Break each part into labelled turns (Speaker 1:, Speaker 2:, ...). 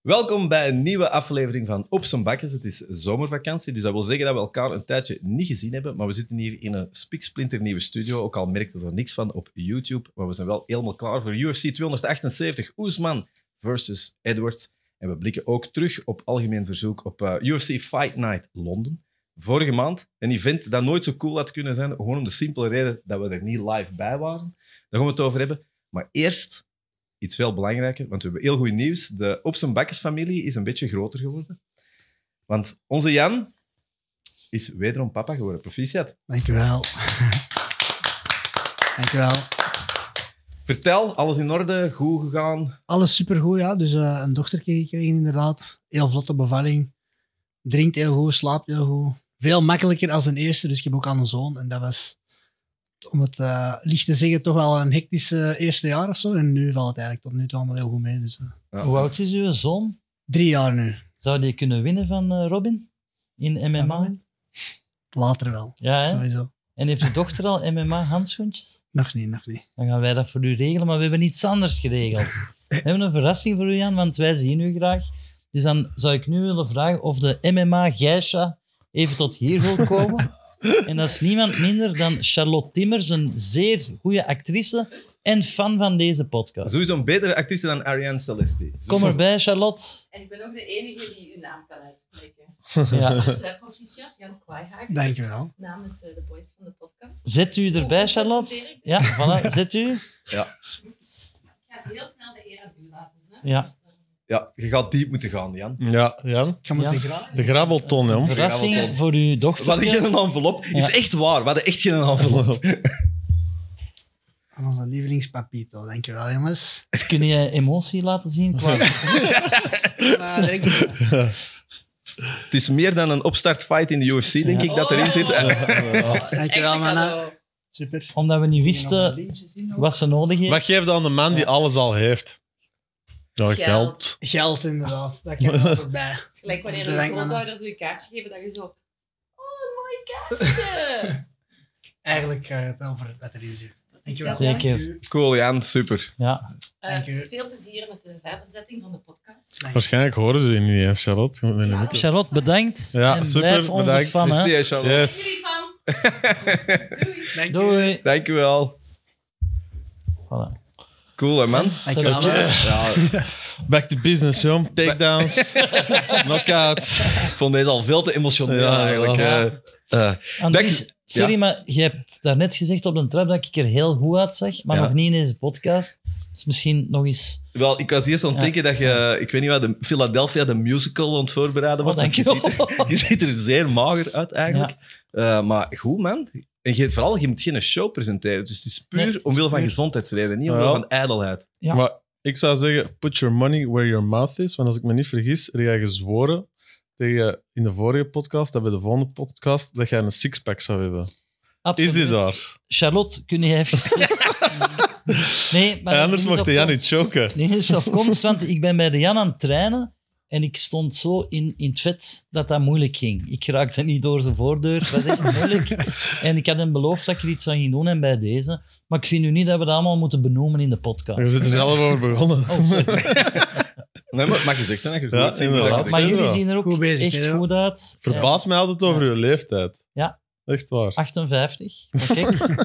Speaker 1: Welkom bij een nieuwe aflevering van Op z'n Bakjes. Het is zomervakantie, dus dat wil zeggen dat we elkaar een tijdje niet gezien hebben. Maar we zitten hier in een spiksplinternieuwe studio. Ook al merkte er niks van op YouTube. Maar we zijn wel helemaal klaar voor UFC 278 Oesman versus Edwards. En we blikken ook terug op algemeen verzoek op eh, UFC Fight Night Londen. Vorige maand een event dat nooit zo cool had kunnen zijn. Gewoon om de simpele reden dat we er niet live bij waren. Daar gaan we het over hebben. Maar eerst iets veel belangrijker, want we hebben heel goed nieuws. De Op zijn Bakkes-familie is een beetje groter geworden. Want onze Jan is wederom papa geworden. Proficiat.
Speaker 2: Dankjewel. Dankjewel.
Speaker 1: Vertel, alles in orde, goed gegaan.
Speaker 2: Alles supergoed, ja. Dus eh, een dochter gekregen inderdaad. Heel vlotte bevalling. Drinkt heel goed, slaapt heel goed. Veel makkelijker als een eerste, dus ik heb ook al een zoon. En dat was, om het eh, licht te zeggen, toch wel een hectische eh, eerste jaar of zo. En nu valt het eigenlijk tot nu toe allemaal heel goed mee. Dus, eh,
Speaker 1: Ja.
Speaker 3: Hoe oud is uw zoon?
Speaker 2: drie jaar nu.
Speaker 3: Zou die kunnen winnen van eh, Robin? In MMA?
Speaker 2: Later wel.
Speaker 3: Ja, hè?
Speaker 2: Sowieso.
Speaker 3: En heeft uw dochter al MMA-handschoentjes?
Speaker 2: Nog niet, nog niet.
Speaker 3: Dan gaan wij dat voor u regelen, maar we hebben iets anders geregeld. We hebben een verrassing voor u, Jan, want wij zien u graag. Dus dan zou ik nu willen vragen of de MMA-geisha even tot hier wil komen. En dat is niemand minder dan Charlotte Timmers, een zeer goede actrice en fan van deze podcast.
Speaker 1: Sowieso een betere actrice dan Ariane Celesti.
Speaker 3: Kom erbij, Charlotte.
Speaker 4: En ik ben ook de enige die uw naam kan uitspreken.
Speaker 1: Ah.
Speaker 3: Ja.
Speaker 4: Dus eh, proficiat, Jan Kwaaihaak.
Speaker 2: Dankjewel.
Speaker 4: Namens eh, de boys van de podcast.
Speaker 3: Zet u erbij, Charlotte. Ja, voilà, zet u.
Speaker 4: Ik ga het heel snel de eer aan u laten. Hè?
Speaker 3: Ja.
Speaker 1: Ja, je gaat diep moeten gaan, Jan.
Speaker 5: Ja, ja.
Speaker 2: Ik ga moeten
Speaker 3: Ja.
Speaker 2: graag.
Speaker 5: De grabbelton,
Speaker 3: Een
Speaker 5: jong.
Speaker 3: verrassing voor uw
Speaker 1: We
Speaker 3: dochter.
Speaker 1: hadden geen envelop. Is echt waar, we hadden echt geen envelop.
Speaker 2: Aan onze lievelingspapito. Dankjewel, jongens.
Speaker 3: Kun je emotie laten zien? Qua...
Speaker 2: Maar, denk ik-
Speaker 1: Het is meer dan een opstartfight in de UFC, denk ik, dat
Speaker 4: Oh.
Speaker 1: erin zit.
Speaker 3: Oh.
Speaker 2: Dankjewel, mannen. Super.
Speaker 3: Omdat we niet wisten eh, wat ze nodig heeft.
Speaker 5: Wat geeft dan de man die alles al heeft? Ja,
Speaker 4: Geld.
Speaker 5: geld.
Speaker 2: Geld, inderdaad. Dat kan er ook bij.
Speaker 4: Het is gelijk wanneer de
Speaker 2: Bedankt, mannen.
Speaker 4: grootouders u een kaartje geven, dat je zo... Oh, een mooie kaartje!
Speaker 2: Eigenlijk gaat het over wat erin zit. Dankjewel.
Speaker 3: Zeker.
Speaker 1: Cool, Jan, super.
Speaker 3: Ja.
Speaker 4: Eh,
Speaker 2: Dank u.
Speaker 4: veel plezier met de verderzetting van de podcast.
Speaker 2: Dank je.
Speaker 5: Waarschijnlijk horen ze die niet eens, Charlotte. Goed, nee, nee.
Speaker 3: Charlotte, bedankt.
Speaker 5: Ja,
Speaker 3: en
Speaker 5: super,
Speaker 3: blijf onze
Speaker 5: bedankt.
Speaker 3: fan. Hè.
Speaker 1: Merci, hè, Charlotte.
Speaker 5: Yes.
Speaker 4: Jullie van...
Speaker 2: Dank je.
Speaker 3: Doei.
Speaker 1: Dankjewel.
Speaker 3: Voilà.
Speaker 1: Cool, hè, man.
Speaker 2: Dankjewel. man.
Speaker 1: Ja,
Speaker 5: Back to business, jong. Takedowns. Knockouts.
Speaker 1: ik vond dit al veel te emotioneel,
Speaker 5: Ja,
Speaker 1: eigenlijk.
Speaker 5: ja.
Speaker 1: eh. Eh,
Speaker 3: Andries,
Speaker 1: Dank-
Speaker 3: sorry,
Speaker 1: Ja.
Speaker 3: maar je hebt daarnet gezegd op een trap dat ik er heel goed uitzag, maar
Speaker 1: Ja.
Speaker 3: nog niet in deze podcast. Dus misschien nog eens.
Speaker 1: Wel, ik was eerst aan het
Speaker 3: Ja.
Speaker 1: denken dat je, ik weet niet wat, de Philadelphia de musical aan het voorbereiden was.
Speaker 3: Oh, dank
Speaker 1: je,
Speaker 3: je.
Speaker 1: ziet er, je ziet er zeer mager uit eigenlijk. Eh, maar goed, man. En je, vooral, je moet geen show presenteren. Dus het is puur
Speaker 3: Nee, het is
Speaker 1: omwil van
Speaker 3: puur.
Speaker 1: gezondheidsreden, niet omwil
Speaker 5: Ja.
Speaker 1: van ijdelheid.
Speaker 3: Ja.
Speaker 5: Maar ik zou zeggen, put your money where your mouth is. Want als ik me niet vergis, heb jij gezworen tegen in de vorige podcast, dat bij de volgende podcast, dat jij een sixpack zou hebben.
Speaker 3: Absoluut.
Speaker 5: Is dit daar?
Speaker 3: Charlotte, kun je even. nee, maar.
Speaker 5: En anders
Speaker 3: niet
Speaker 5: mocht
Speaker 3: op-
Speaker 5: jij niet choken.
Speaker 3: Nee, dat is op komst, want ik ben bij de Jan aan het trainen en ik stond zo in, in het vet dat dat moeilijk ging. Ik raakte niet door zijn voordeur, dat was echt moeilijk. En ik had hem beloofd dat ik er iets aan ging doen en bij deze. Maar ik vind nu niet dat we dat allemaal moeten benoemen in de
Speaker 5: Je
Speaker 3: podcast.
Speaker 5: zit er zelf over begonnen.
Speaker 3: Oh, sorry.
Speaker 1: Nee, maar het mag gezegd zijn dat je
Speaker 5: Ja,
Speaker 1: goed ziet.
Speaker 5: inderdaad.
Speaker 1: Voilà.
Speaker 3: Maar
Speaker 5: wel.
Speaker 3: jullie zien er ook
Speaker 2: Goed bezig,
Speaker 3: echt
Speaker 2: hè, ja.
Speaker 3: goed uit.
Speaker 5: Verbaas mij altijd over uw leeftijd.
Speaker 3: Ja.
Speaker 5: Echt waar.
Speaker 3: Eh, 58. Maar Kijk, goed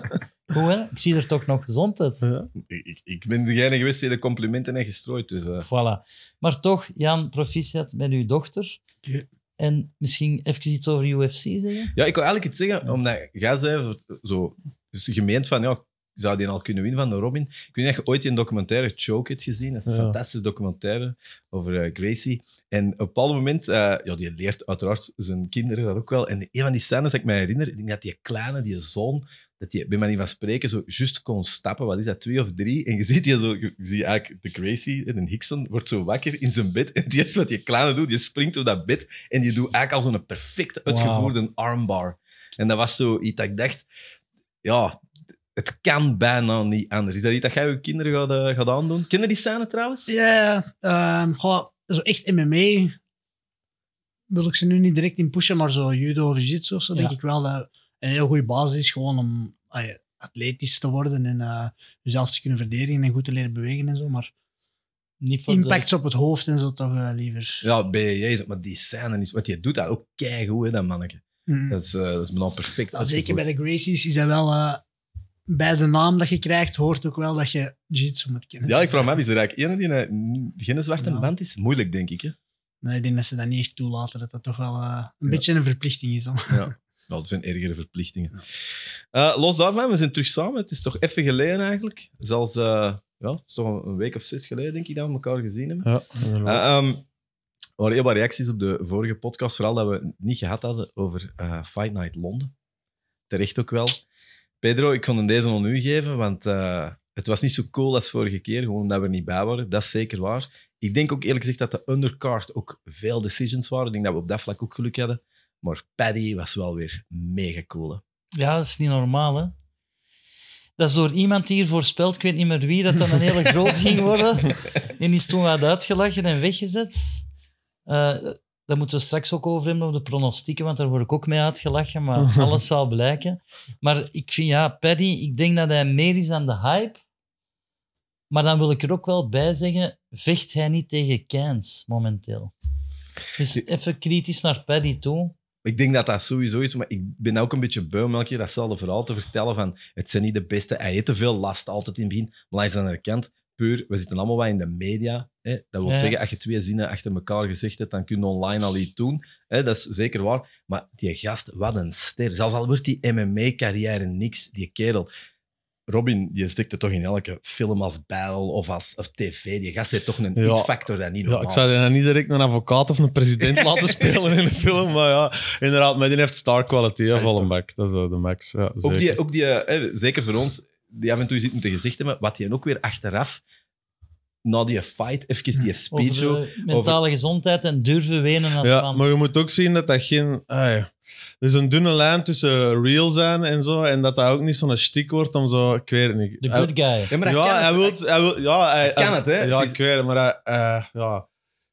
Speaker 3: hè? Ik zie er toch nog gezond uit.
Speaker 5: Ja.
Speaker 1: Ik, ik- ik ben degene geweest die de complimenten heeft gestrooid. Dus, eh.
Speaker 3: Voilà. Maar toch, Jan, proficiat met uw dochter.
Speaker 2: Oké.
Speaker 3: En misschien even iets over UFC zeggen?
Speaker 1: Ja, ik wil eigenlijk iets zeggen, omdat jij zei, zo, dus gemeend van, ja, zou die al kunnen winnen van de Robin? Ik weet niet of je ooit een documentaire Choke hebt gezien. Dat is een
Speaker 5: Ja.
Speaker 1: fantastische documentaire over eh, Gracie. En op een bepaald moment, eh, ja, die leert uiteraard zijn kinderen dat ook wel. En een van die scènes dat ik mij herinner, ik denk dat die kleine, die zoon, dat die, bij manier van spreken, zo juist kon stappen. Wat is dat, twee of drie? En je ziet die zo, je ziet eigenlijk de Gracie, en de Hickson, wordt zo wakker in zijn bed. En het eerste wat die kleine doet, die springt op dat bed en die doet eigenlijk al zo'n perfect uitgevoerde armbar. En dat was zo iets dat ik dacht, ja, het kan bijna niet anders. Is dat iets dat jij je kinderen gaat, eh, gaat aandoen? Kennen die scène trouwens?
Speaker 2: Ja, ehm, goh, zo echt MMA wil ik ze nu niet direct in pushen, maar zo judo of jiu-jitsu of zo, denk
Speaker 3: Ja.
Speaker 2: ik wel dat een heel goede basis is gewoon om ah, atletisch te worden en eh, jezelf te kunnen verdedigen en goed te leren bewegen en zo, maar
Speaker 3: Niet voor
Speaker 2: Impacts op het hoofd en zo toch eh, liever.
Speaker 1: Ja, BJ, maar die scène is... Want je doet dat ook keigoed, hè, dat manneke.
Speaker 2: Mm.
Speaker 1: Dat is, eh, dat is me dan perfect.
Speaker 2: Ja, zeker bij
Speaker 1: uitgevoerd.
Speaker 2: de Gracies is dat wel... eh, bij de naam dat je krijgt, hoort ook wel dat je jiu-jitsu moet kennen.
Speaker 1: Ja, ik vraag me af, is er eigenlijk één die eh, n- geen zwarte
Speaker 2: Ja.
Speaker 1: band is? Moeilijk, denk ik. Hè?
Speaker 2: Nee, ik denk dat ze dat niet echt toelaten, dat dat toch wel eh, een
Speaker 1: Ja.
Speaker 2: beetje een verplichting is. Om...
Speaker 1: Nou, dat zijn ergere verplichtingen. Eh, los daarvan, we zijn terug samen. Het is toch even geleden eigenlijk. Zelfs, eh, ja, het is toch een week of zes geleden, denk ik, dat we elkaar gezien hebben.
Speaker 5: Ja, inderdaad.
Speaker 1: Eh, ehm, er waren heel wat reacties op de vorige podcast, vooral dat we het niet gehad hadden over eh, Fight Night Londen. Terecht ook wel. Pedro, ik kon hem deze aan u geven, want eh, het was niet zo cool als vorige keer, gewoon omdat we er niet bij waren. Dat is zeker waar. Ik denk ook eerlijk gezegd dat de undercard ook veel decisions waren. Ik denk dat we op dat vlak ook geluk hadden. Maar Paddy was wel weer mega cool. hè.
Speaker 3: Ja, dat is niet normaal, hè. Dat is door iemand die hier voorspeld, ik weet niet meer wie, dat dan een hele groot ging worden. En die is toen wat uitgelachen en weggezet. Eh daar moeten we straks ook over hebben, over de pronostieken, want daar word ik ook mee uitgelachen, maar alles zal blijken. Maar ik vind, ja, Paddy, ik denk dat hij meer is aan de hype. Maar dan wil ik er ook wel bij zeggen, vecht hij niet tegen Keynes momenteel. Dus even kritisch naar Paddy toe.
Speaker 1: Ik denk dat dat sowieso is, maar ik ben ook een beetje beu om elke keer datzelfde verhaal te vertellen van het zijn niet de beste, hij heeft te veel last altijd in het begin, maar hij is dan erkend, puur, we zitten allemaal wat in de media. Hè? Dat wil
Speaker 3: Ja.
Speaker 1: zeggen, als je twee zinnen achter elkaar gezegd hebt, dan kun je online al iets doen. Hè? Dat is zeker waar. Maar die gast, wat een ster. Zelfs al wordt die MMA-carrière niks, die kerel. Robin, die stikte toch in elke film als bijl of als of tv. Die gast heeft toch een
Speaker 5: Ja.
Speaker 1: it-factor dat niet
Speaker 5: Ja,
Speaker 1: normaal
Speaker 5: ik
Speaker 1: is.
Speaker 5: zou die nou niet direct een advocaat of een president laten spelen in de film, maar ja, inderdaad, maar die heeft star quality, hè,
Speaker 1: is toch-
Speaker 5: Vollenbeck. Dat is eh, de max, ja,
Speaker 1: Ook
Speaker 5: zeker.
Speaker 1: die, ook die eh, zeker voor ons, die af en toe zit moeten gezegd hebben, wat hij ook weer achteraf, na die fight, even die
Speaker 3: Over
Speaker 1: speech
Speaker 5: eh,
Speaker 1: ook.
Speaker 3: de mentale gezondheid en durven wenen als
Speaker 5: Ja,
Speaker 3: man.
Speaker 5: maar je moet ook zien dat dat geen... ah ja. Er is een dunne lijn tussen real zijn en zo, en dat dat ook niet zo'n stiek wordt om zo... Ik weet het niet.
Speaker 3: De
Speaker 5: Hij-
Speaker 3: good guy.
Speaker 1: Ja, maar dat
Speaker 5: ja,
Speaker 1: kan
Speaker 5: hij
Speaker 1: het.
Speaker 5: wil, hij wil, ja, hij,
Speaker 1: Dat kan
Speaker 5: hij-
Speaker 1: het, hè?
Speaker 5: Ja,
Speaker 1: Het is-
Speaker 5: ik weet het, maar hij, eh, ja,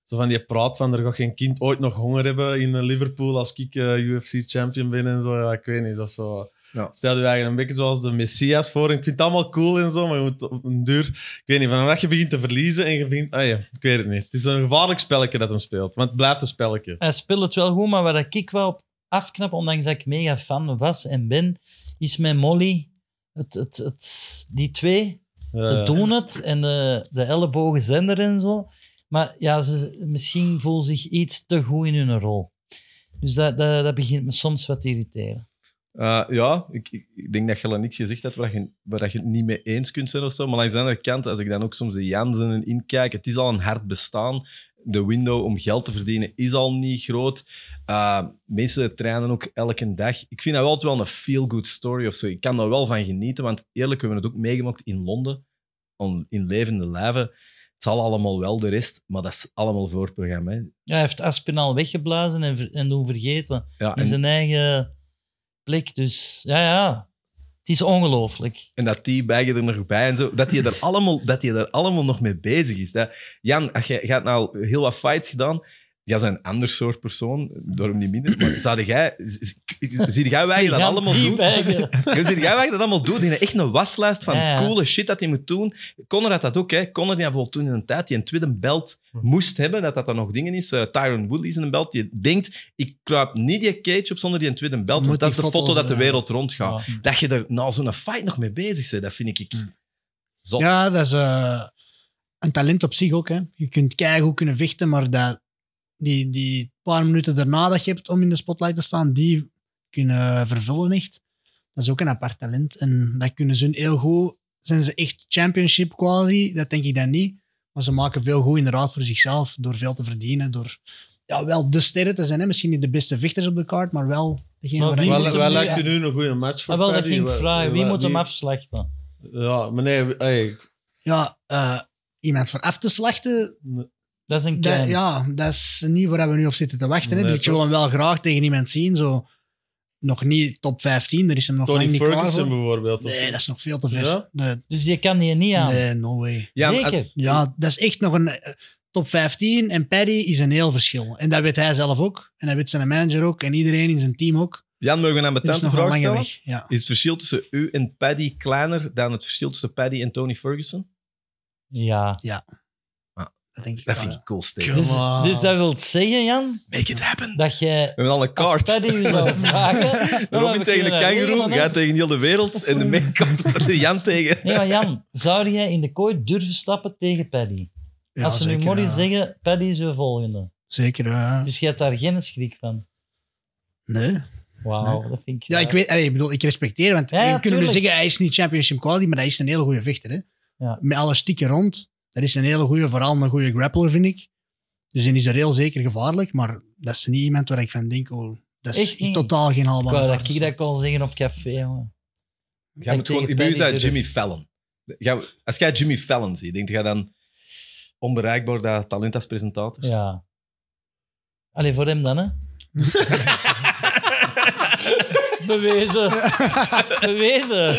Speaker 5: zo van die praat van er gaat geen kind ooit nog honger hebben in eh, Liverpool als ik eh, UFC champion ben en zo. Ja, ik weet niet, dat is zo.
Speaker 1: Ja.
Speaker 5: Stel je eigenlijk een beetje zoals de Messias voor. En ik vind het allemaal cool en zo, maar je moet op een duur... Ik weet niet, vanaf dat je begint te verliezen en je begint... Ah ja, ik weet het niet. Het is een gevaarlijk spelletje dat hem speelt, want het blijft een spelletje.
Speaker 3: Hij speelt het wel goed, maar waar ik wel op afknap, ondanks dat ik mega fan was en ben, is met Molly, het, het, het, die twee, ze
Speaker 5: Eh,
Speaker 3: doen het en de, de ellebogen zijn er en zo. Maar ja, ze, misschien voelen zich iets te goed in hun rol. Dus dat, dat, dat begint me soms wat te irriteren.
Speaker 1: Eh, ja, ik, ik- ik denk dat je al niks gezegd hebt waar je, waar je het niet mee eens kunt zijn of zo. Maar langs de andere kant, als ik dan ook soms de Jansen inkijk, het is al een hard bestaan. De window om geld te verdienen is al niet groot. Eh, mensen trainen ook elke dag. Ik vind dat wel, altijd wel een feel-good story of zo. Ik kan daar wel van genieten, want eerlijk, we hebben het ook meegemaakt in Londen, on- in levende lijven. Het zal allemaal wel de rest, maar dat is allemaal voorprogramma. hè.
Speaker 3: Ja, hij heeft Aspinal weggeblazen en, ver- en doen vergeten.
Speaker 1: Ja,
Speaker 3: In
Speaker 1: en,
Speaker 3: zijn eigen blik, dus ja, ja. Het is ongelooflijk.
Speaker 1: En dat die bijgen er nog bij en zo. Dat hij er allemaal, dat hij er allemaal nog mee bezig is. Dat, Jan, als jij, jij hebt nou heel wat fights gedaan. Jij bent een ander soort persoon, daarom niet minder. Maar zou jij, z- z- zie jij wij dat
Speaker 3: Ja,
Speaker 1: allemaal
Speaker 3: die
Speaker 1: doen?
Speaker 3: bijgen.
Speaker 1: Ja, Zie jij wat ik dat allemaal doe? Die heeft echt een waslijst van
Speaker 3: Ja, ja.
Speaker 1: coole shit dat hij moet doen. Conor had dat ook. Hè. Conor die had bijvoorbeeld toen in een tijd die een tweede belt
Speaker 3: Hm.
Speaker 1: moest hebben, dat dat dan nog dingen is. Eh, Tyron Woodley is in een belt. Die denkt, ik kruip niet die cage op zonder die tweede belt,
Speaker 2: Moet
Speaker 1: want dat is
Speaker 2: die
Speaker 1: de foto
Speaker 2: foto's,
Speaker 1: dat de
Speaker 2: ja.
Speaker 1: wereld rondgaat.
Speaker 3: Ja.
Speaker 1: Dat je er na zo'n fight nog mee bezig bent, dat vind ik...
Speaker 3: Hm.
Speaker 1: Zot.
Speaker 2: Ja, dat is eh, een talent op zich ook. Hè. Je kunt keigoed kunnen vechten, maar dat, die, die paar minuten daarna dat je hebt om in de spotlight te staan, die kunnen vervullen echt. Dat is ook een apart talent. En dat kunnen ze heel goed. Zijn ze echt championship quality? Dat denk ik dan niet. Maar ze maken veel goed inderdaad voor zichzelf, door veel te verdienen, door ja, wel de sterren te zijn. Hè. Misschien niet de beste vechters op de kaart, maar wel degene
Speaker 3: Maar
Speaker 2: waar
Speaker 3: wie
Speaker 2: je-
Speaker 3: moet
Speaker 5: Wel,
Speaker 3: hem
Speaker 5: wel
Speaker 3: nu-
Speaker 5: lijkt u nu een goede match voor
Speaker 3: Ah, wel, dat
Speaker 5: Paddy.
Speaker 3: ging
Speaker 5: Wel-
Speaker 3: vragen. Wie
Speaker 5: wel-
Speaker 3: moet hem
Speaker 5: die-
Speaker 3: afslachten?
Speaker 5: Ja, maar nee, hey,
Speaker 2: Ja, eh, iemand voor af te slachten,
Speaker 3: Dat is een
Speaker 2: Dat-
Speaker 3: klein.
Speaker 2: ja, dat is niet waar we nu op zitten te wachten. hè.
Speaker 5: Nee,
Speaker 2: dus je wil hem wel graag tegen iemand zien. Zo. Nog niet top 15, daar is hem nog lang
Speaker 5: Tony
Speaker 2: niet klaar
Speaker 5: Ferguson
Speaker 2: voor.
Speaker 5: bijvoorbeeld. of
Speaker 2: Nee,
Speaker 5: zo.
Speaker 2: dat is nog veel te ver.
Speaker 5: Ja?
Speaker 2: Nee,
Speaker 3: Dus die kan die niet aan.
Speaker 2: nee, no way.
Speaker 1: Ja, maar-
Speaker 3: Zeker.
Speaker 2: Ja, dat is echt nog een eh, top 15 en Paddy is een heel verschil. En dat weet hij zelf ook. En dat weet zijn manager ook. En iedereen in zijn team ook.
Speaker 1: Jan, mogen we aan
Speaker 2: Dat is
Speaker 1: Bettant een
Speaker 2: nog een
Speaker 1: vraag
Speaker 2: lange
Speaker 1: stellen?
Speaker 2: weg. Ja.
Speaker 1: Is het verschil tussen u en Paddy kleiner dan het verschil tussen Paddy en Tony Ferguson?
Speaker 3: Ja.
Speaker 2: Ja.
Speaker 1: Ah,
Speaker 2: Dat denk ik
Speaker 1: Dat
Speaker 2: wel,
Speaker 1: vind
Speaker 2: ja.
Speaker 1: ik cool, Steven.
Speaker 5: Come
Speaker 3: Dus,
Speaker 5: on.
Speaker 3: dus dat wil zeggen, Jan,
Speaker 1: Make it happen.
Speaker 3: dat je
Speaker 1: We hebben al een
Speaker 3: als
Speaker 1: kaart.
Speaker 3: Paddy u zou vragen... dan
Speaker 1: Robin tegen een kangaroo, jij tegen heel de wereld en de make-up de Jan tegen...
Speaker 3: Nee, maar Jan, zou jij in de kooi durven stappen tegen Paddy?
Speaker 2: Ja,
Speaker 3: als ze nu
Speaker 2: zeker,
Speaker 3: morgen
Speaker 2: ja.
Speaker 3: zeggen, Paddy is de volgende.
Speaker 2: Zeker, ja.
Speaker 3: Dus je hebt daar geen schrik van.
Speaker 2: Nee.
Speaker 3: Wauw, dat vind ik...
Speaker 2: Ja, ik weet, allee, ik bedoel, ik respecteer, want
Speaker 3: Ja, ja,
Speaker 2: je kunt nu
Speaker 3: tuurlijk.
Speaker 2: zeggen, hij is niet championship quality, maar hij is een hele goede vechter. Hè?
Speaker 3: Ja.
Speaker 2: Met alle stikken rond, dat is een hele goede, vooral een goede grappler, vind ik. Dus die is er heel zeker gevaarlijk, maar dat is niet iemand waar ik van denk, oh, dat is
Speaker 3: Echt niet.
Speaker 2: totaal geen
Speaker 3: Ik
Speaker 2: haalbare
Speaker 3: wou dat
Speaker 2: partner.
Speaker 3: ik dat kon zeggen op café, jongen.
Speaker 1: Jij moet
Speaker 3: tegen
Speaker 1: gewoon...
Speaker 3: Paddy
Speaker 1: bij u zei
Speaker 3: durf.
Speaker 1: Jimmy Fallon. Jij- Als jij Jimmy Fallon ziet, denk je dan onbereikbaar dat talent als presentator?
Speaker 3: Ja. Allee, voor hem dan, hè? Bewezen. Bewezen.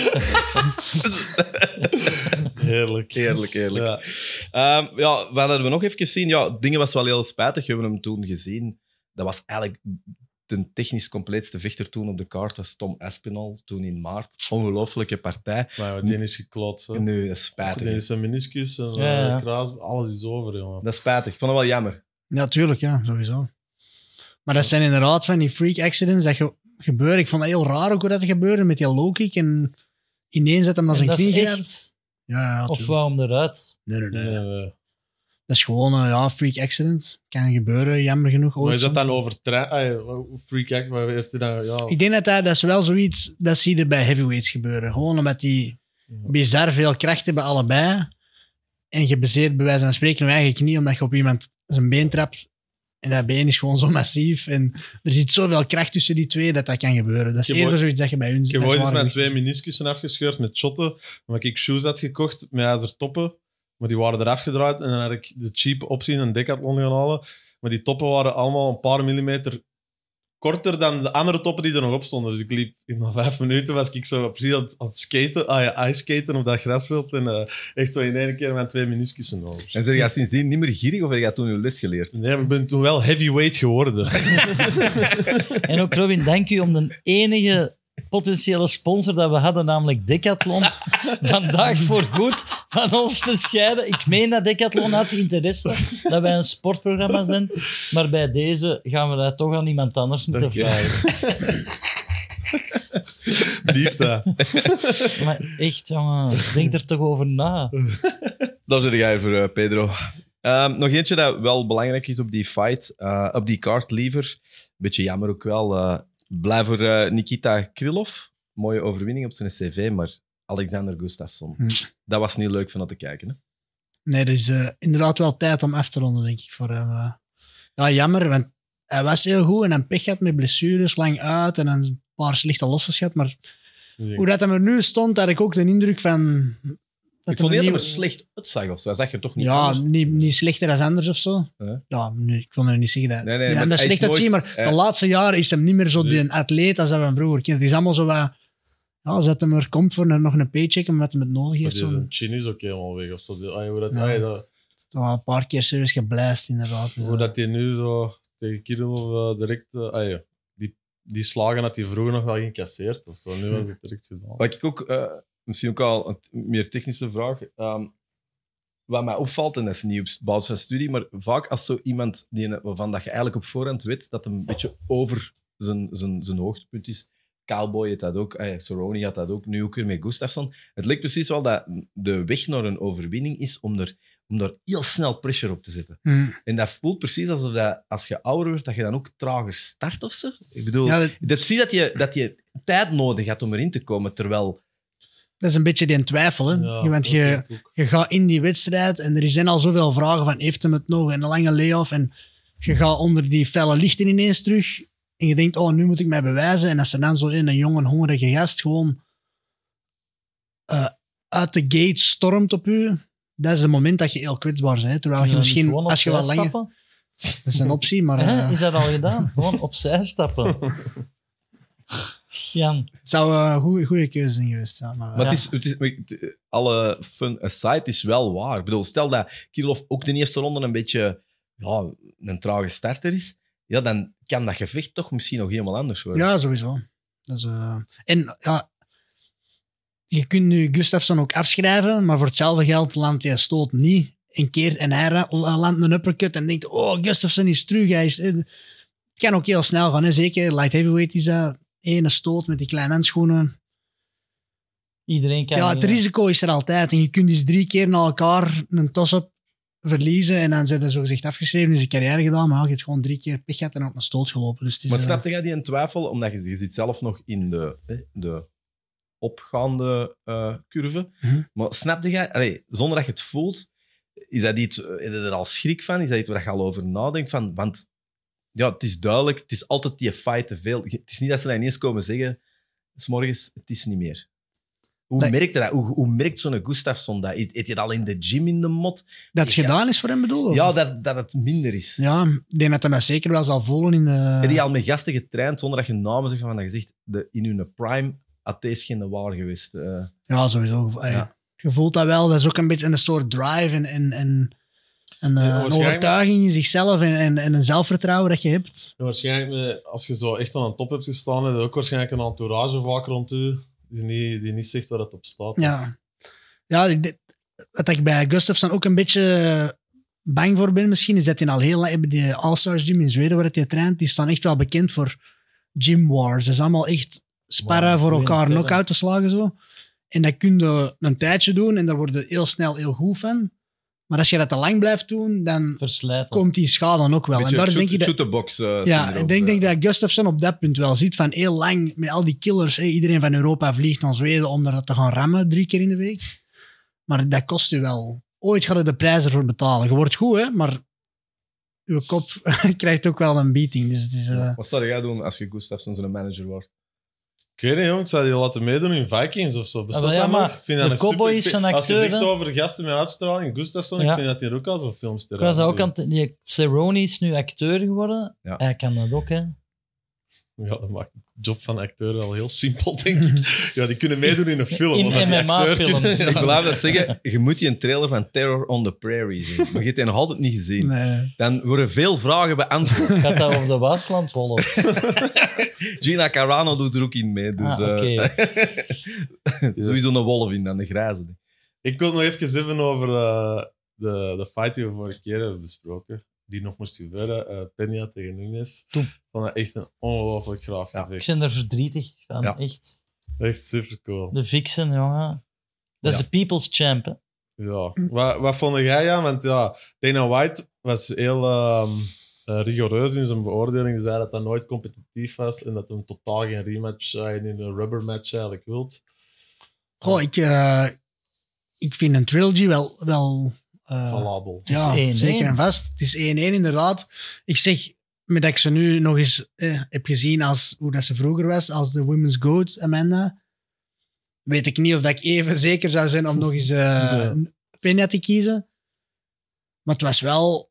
Speaker 5: Heerlijk.
Speaker 1: Eerlijk, eerlijk.
Speaker 5: Ja.
Speaker 1: Ehm, ja, wat hadden we nog even gezien? Ja, dingen was wel heel spijtig. We hebben hem toen gezien. Dat was eigenlijk de technisch compleetste vechter toen op de kaart. was Tom Aspinall, toen in maart. Ongelooflijke partij.
Speaker 5: Maar die is geklot. hè.
Speaker 1: En nu, dat is
Speaker 5: Die
Speaker 1: spijtig. hè.
Speaker 5: is een meniscus, een
Speaker 3: Ja, ja.
Speaker 5: eh, kruis, alles is over, jongen.
Speaker 1: Dat is spijtig. Ik vond het wel jammer.
Speaker 2: Ja, tuurlijk, ja, sowieso. Maar dat zijn inderdaad van die freak accidents dat ge- gebeuren. Ik vond dat heel raar ook hoe dat gebeurde met die low kick en ineens zet hem naar
Speaker 3: En
Speaker 2: zijn
Speaker 3: dat
Speaker 2: knie
Speaker 3: is
Speaker 2: grijpt.
Speaker 3: echt.
Speaker 2: Ja, ja,
Speaker 3: Of
Speaker 2: tuurlijk.
Speaker 3: wou hem eruit?
Speaker 2: nee, nee, nee.
Speaker 5: Nee, nee.
Speaker 2: Dat is gewoon een ja, freak accident. Kan gebeuren, jammer genoeg.
Speaker 5: Maar
Speaker 2: ooit
Speaker 5: is dat
Speaker 2: zo.
Speaker 5: dan over oh, Freak act, maar is die dan... Ja,
Speaker 2: Ik denk dat dat, dat is wel zoiets, dat zie je bij heavyweights gebeuren. Gewoon omdat die bizar veel kracht hebben allebei. En je bezeert bij wijze van spreken je eigen knie, omdat je op iemand zijn been trapt. En dat been is gewoon zo massief. En er zit zoveel kracht tussen die twee dat dat kan gebeuren. Dat is
Speaker 5: Ik heb
Speaker 2: eerder
Speaker 5: ooit-
Speaker 2: zoiets dat je bij hun
Speaker 5: Ik heb ooit eens mijn
Speaker 2: zwaargewicht-
Speaker 5: twee meniscussen afgescheurd met shotten, omdat ik shoes had gekocht met ijzertoppen, maar die waren eraf gedraaid en dan had ik de cheap optie in een decathlon gaan halen, maar die toppen waren allemaal een paar millimeter korter dan de andere toppen die er nog op stonden. Dus ik liep in maar vijf minuten, was ik zo precies aan het, aan het skaten, ah ja, ice skaten op dat grasveld en eh, echt zo in één keer mijn twee meniscussen over.
Speaker 1: En zeg jij sindsdien niet meer gierig of heb jij toen je les geleerd?
Speaker 5: Nee, maar ik ben toen wel heavyweight geworden.
Speaker 3: En ook Robin, dank u om de enige potentiële sponsor dat we hadden, namelijk Decathlon, vandaag voorgoed van ons te scheiden. Ik meen dat Decathlon had interesse dat wij een sportprogramma zijn, maar bij deze gaan we dat toch aan iemand anders moeten
Speaker 5: Dank je.
Speaker 3: vragen.
Speaker 5: Diep dat.
Speaker 3: Maar echt, jongen, denk er toch over na.
Speaker 1: Daar zit jij voor, eh, Pedro. Ehm, nog eentje dat wel belangrijk is op die fight, eh, op die kaart liever. Beetje jammer ook wel. eh, blij voor eh, Nikita Krylov. Mooie overwinning op zijn cv, maar Alexander Gustafsson.
Speaker 2: Hm.
Speaker 1: Dat was niet leuk van dat te kijken. Hè?
Speaker 2: Nee, dus eh, inderdaad wel tijd om af te ronden, denk ik, voor hem. eh. Ja, jammer, want hij was heel goed en dan pech gehad met blessures, lang uit en dan een paar slechte losses gehad. Maar
Speaker 5: Dus ik-
Speaker 2: hoe dat hem er nu stond, had ik ook de indruk van... Dat
Speaker 1: ik vond
Speaker 2: hem
Speaker 1: niet
Speaker 2: een
Speaker 1: dat er
Speaker 2: nieuwe-
Speaker 1: slecht uitzag of zo. Hij zag er toch niet
Speaker 2: Ja,
Speaker 1: anders.
Speaker 2: niet, niet slechter dan anders of zo.
Speaker 1: Ja.
Speaker 2: Ja, nu, ik kon er niet zeggen dat
Speaker 1: Nee, nee,
Speaker 2: die
Speaker 1: maar
Speaker 2: anders
Speaker 1: hij is
Speaker 2: slecht uitzien,
Speaker 1: nooit-
Speaker 2: maar
Speaker 1: eh,
Speaker 2: de laatste jaren is hem niet meer zo
Speaker 5: Nee.
Speaker 2: die atleet als dat we hem vroeger kenden. Het is allemaal zo wat... Ja, zet hem er, komt voor nog een paycheck, omdat hij het nodig
Speaker 5: Maar
Speaker 2: heeft.
Speaker 5: die
Speaker 2: Zo,
Speaker 5: zijn chin is ook helemaal weg. Of zo. Die- ah, hoe dat,
Speaker 2: Ja.
Speaker 5: ah, dat,
Speaker 2: Ja, een paar keer serieus geblijst, inderdaad.
Speaker 5: Hoe dat hij nu zo tegen Kirill direct... eh, ah ja, die, die slagen had hij vroeger nog wel geïncasseerd. Of zo. Nu had hij het direct
Speaker 2: Oh,
Speaker 5: gedaan.
Speaker 1: Wat ik ook, eh, misschien ook al een t- meer technische vraag. ehm, wat mij opvalt, en dat is niet op basis van studie, maar vaak als zo iemand die, waarvan dat je eigenlijk op voorhand weet dat hem een beetje over zijn, zijn, zijn hoogtepunt is. Cowboy had dat ook, eh, Cerrone had dat ook, nu ook weer met Gustafsson. Het lijkt precies wel dat de weg naar een overwinning is om er, om daar heel snel pressure op te zetten.
Speaker 2: Hmm.
Speaker 1: En dat voelt precies alsof dat, als je ouder wordt, dat je dan ook trager start of zo. Ik bedoel,
Speaker 2: Ja, dat,
Speaker 1: dat zie dat je, dat je tijd nodig had om erin te komen, terwijl
Speaker 2: dat is een beetje die twijfel. Hè?
Speaker 5: Ja,
Speaker 2: je, bent,
Speaker 5: dat
Speaker 2: je,
Speaker 5: denk ik ook.
Speaker 2: je gaat in die wedstrijd en er zijn al zoveel vragen van heeft hem het nog en een lange lay-off en je gaat onder die felle lichten ineens terug en je denkt, oh, nu moet ik mij bewijzen. En als er dan zo in een jonge, hongerige gast gewoon eh, uit de gate stormt op u, dat is het moment dat je heel kwetsbaar bent. Terwijl je
Speaker 3: Kunnen we niet
Speaker 2: misschien,
Speaker 3: gewoon
Speaker 2: als je wel
Speaker 3: opzij
Speaker 2: langer...
Speaker 3: stappen?
Speaker 2: Dat is een optie, maar eh,
Speaker 3: Hè, Is dat al gedaan? Gewoon opzij stappen. Jan,
Speaker 2: het zou een goede keuze zijn geweest. Ja, maar, eh,
Speaker 1: Maar
Speaker 3: Ja.
Speaker 1: het is, het is, maar het- alle fun aside, het is wel waar. Ik bedoel, stel dat Kirilov ook de eerste ronde een beetje ja, een trage starter is, ja, dan kan dat gevecht toch misschien nog helemaal anders worden.
Speaker 2: Ja, sowieso. Dat is, eh, En ja, je kunt nu Gustafsson ook afschrijven, maar voor hetzelfde geld landt hij stoot niet. en keert en hij ra- eh, landt een uppercut en denkt, oh, Gustafsson is terug. Hij is, eh, het kan ook heel snel gaan, hè? zeker light heavyweight is dat. Ene stoot met die kleine handschoenen.
Speaker 3: Iedereen kan...
Speaker 2: Ja, het risico is er altijd. En je kunt eens drie keer na elkaar een toss-up verliezen en dan zijn ze zogezegd afgeschreven. Dus je carrière gedaan, maar je hebt gewoon drie keer pech gehad en op een stoot gelopen. Dus het is,
Speaker 1: Maar
Speaker 2: eh,
Speaker 1: snapte jij die in twijfel? Omdat je, je zit zelf nog in de, hè, de opgaande eh, curve.
Speaker 2: Mhm.
Speaker 1: Maar snapte jij, allee, zonder dat je het voelt, is dat iets, eh, heb je er al schrik van? Is dat iets waar je al over nadenkt? Van, want ja, het is duidelijk, het is altijd die fight te veel. Je- Het is niet dat ze dat ineens komen zeggen, 's morgens, het is niet meer. Hoe
Speaker 2: Nee.
Speaker 1: merkte dat? Hoe, hoe merkt zo'n Gustafsson dat? Eet eet je dat al in de gym in de mot?
Speaker 2: dat het
Speaker 1: Ja.
Speaker 2: gedaan is voor hem bedoel of?
Speaker 1: Ja, dat, dat het minder is.
Speaker 2: Ja, ik denk dat hij mij zeker wel zal voelen in eh, de...
Speaker 1: Heb je al met gasten getraind zonder dat je namen zegt van dat je zegt de, in hun prime had deze geen waar geweest? eh.
Speaker 2: Ja, sowieso. Ey,
Speaker 1: Ja.
Speaker 2: Je voelt dat wel. Dat is ook een beetje een soort drive en, en, en, en, eh,
Speaker 5: Ja,
Speaker 2: een
Speaker 5: waarschijnlijk-
Speaker 2: overtuiging in zichzelf en, en, en een zelfvertrouwen dat je hebt.
Speaker 5: Ja, waarschijnlijk, eh, als je zo echt aan de top hebt gestaan, heb je ook waarschijnlijk een entourage vaak rond u die niet, die niet zegt waar het op staat.
Speaker 2: Ja. Ja, ik denk- wat ik bij Gustafsson ook een beetje eh, bang voor ben misschien, is dat hij al heel lang... hebben Die All-Stars Gym in Zweden, waar hij traint, die staan echt wel bekend voor gym wars. Dat is allemaal echt sparren
Speaker 3: Wow,
Speaker 2: voor
Speaker 3: goeie
Speaker 2: elkaar,
Speaker 3: tellen.
Speaker 2: knock-out te slagen zo. En dat kun je een tijdje doen en daar word je heel snel heel goed van. Maar als je dat te lang blijft doen, dan
Speaker 3: Verslijten.
Speaker 2: komt die schade dan ook wel. En
Speaker 1: Beetje
Speaker 2: daar
Speaker 1: shoot-
Speaker 2: denk ik dat,
Speaker 1: shoot-the-box, eh,
Speaker 2: ja,
Speaker 1: syndroom,
Speaker 2: ik denk,
Speaker 1: eh.
Speaker 2: denk dat Gustafsson op dat punt wel ziet van heel lang met al die killers. hé, iedereen van Europa vliegt naar Zweden om daar te gaan rammen drie keer in de week. Maar dat kost u wel. Ooit gaat u de prijs ervoor betalen. Je wordt goed, hè, maar uw kop krijgt ook wel een beating. Dus het is, eh,
Speaker 1: Wat zou jij doen als je Gustafsson zijn manager wordt?
Speaker 5: Ik weet niet, jong, ik zou die laten meedoen in Vikings of zo. Bestaat
Speaker 3: Ah, wel ja,
Speaker 5: dat nog?
Speaker 3: maar
Speaker 5: Ik vind
Speaker 3: de
Speaker 5: een
Speaker 3: cowboy
Speaker 5: super-
Speaker 3: is
Speaker 5: ik vind-
Speaker 3: een
Speaker 5: Als
Speaker 3: acteur,
Speaker 5: je zegt
Speaker 3: hè?
Speaker 5: over gasten met uitstraling, Gustafsson,
Speaker 3: Ja.
Speaker 5: ik vind dat hij er ook als een filmster
Speaker 3: Ik was dat ook
Speaker 5: uitziet.
Speaker 3: aan het- Die Cerrone is nu acteur geworden.
Speaker 1: Ja.
Speaker 3: Hij kan dat ook, hè.
Speaker 5: Ja, dat maakt de job van acteur wel heel simpel, denk ik. Ja, die kunnen meedoen in een film.
Speaker 3: In
Speaker 5: omdat die acteur
Speaker 3: MMA-films.
Speaker 5: kunnen-
Speaker 1: Ik blijf dat zeggen, je moet die een trailer van Terror on the Prairie zien. Maar je hebt die nog altijd niet gezien.
Speaker 2: nee.
Speaker 1: Dan worden veel vragen beantwoord.
Speaker 3: Gaat dat over de Waslandwolf?
Speaker 1: Gina Carano doet er ook in mee. Dus,
Speaker 3: Ah,
Speaker 1: eh,
Speaker 3: oké.
Speaker 1: sowieso een wolf in dan de grijze.
Speaker 5: Ik wil het nog even hebben over eh, de, de fight die we vorige keer hebben besproken. Die nog moest gebeuren. eh Peña tegen Nunes.
Speaker 3: Toen.
Speaker 5: Ik vond dat echt een ongelooflijk graaf
Speaker 3: Ik
Speaker 5: gevecht.
Speaker 3: ben er Dus- verdrietig van,
Speaker 1: Ja.
Speaker 3: echt.
Speaker 5: Echt super cool.
Speaker 3: De Vixen, jongen. Dat is
Speaker 1: Ja.
Speaker 3: de people's champ, hè.
Speaker 5: Ja. Wat, wat vond jij aan? Want ja, Dana White was heel ehm, eh, rigoureus in zijn beoordeling. Hij zei dat dat nooit competitief was en dat hem totaal geen rematch eh, en in een rubber match eigenlijk wilt.
Speaker 2: Goh, ik, eh, ik vind een trilogy wel... wel eh,
Speaker 5: Valabel.
Speaker 3: is
Speaker 2: Ja,
Speaker 3: 1-1.
Speaker 2: zeker en vast. Het is 1-1 inderdaad. Ik zeg, met dat ik ze nu nog eens eh, heb gezien als hoe dat ze vroeger was, als de Women's Goat Amanda, weet ik niet of dat ik even zeker zou zijn om nog eens eh een Pinna te kiezen. Maar het was wel...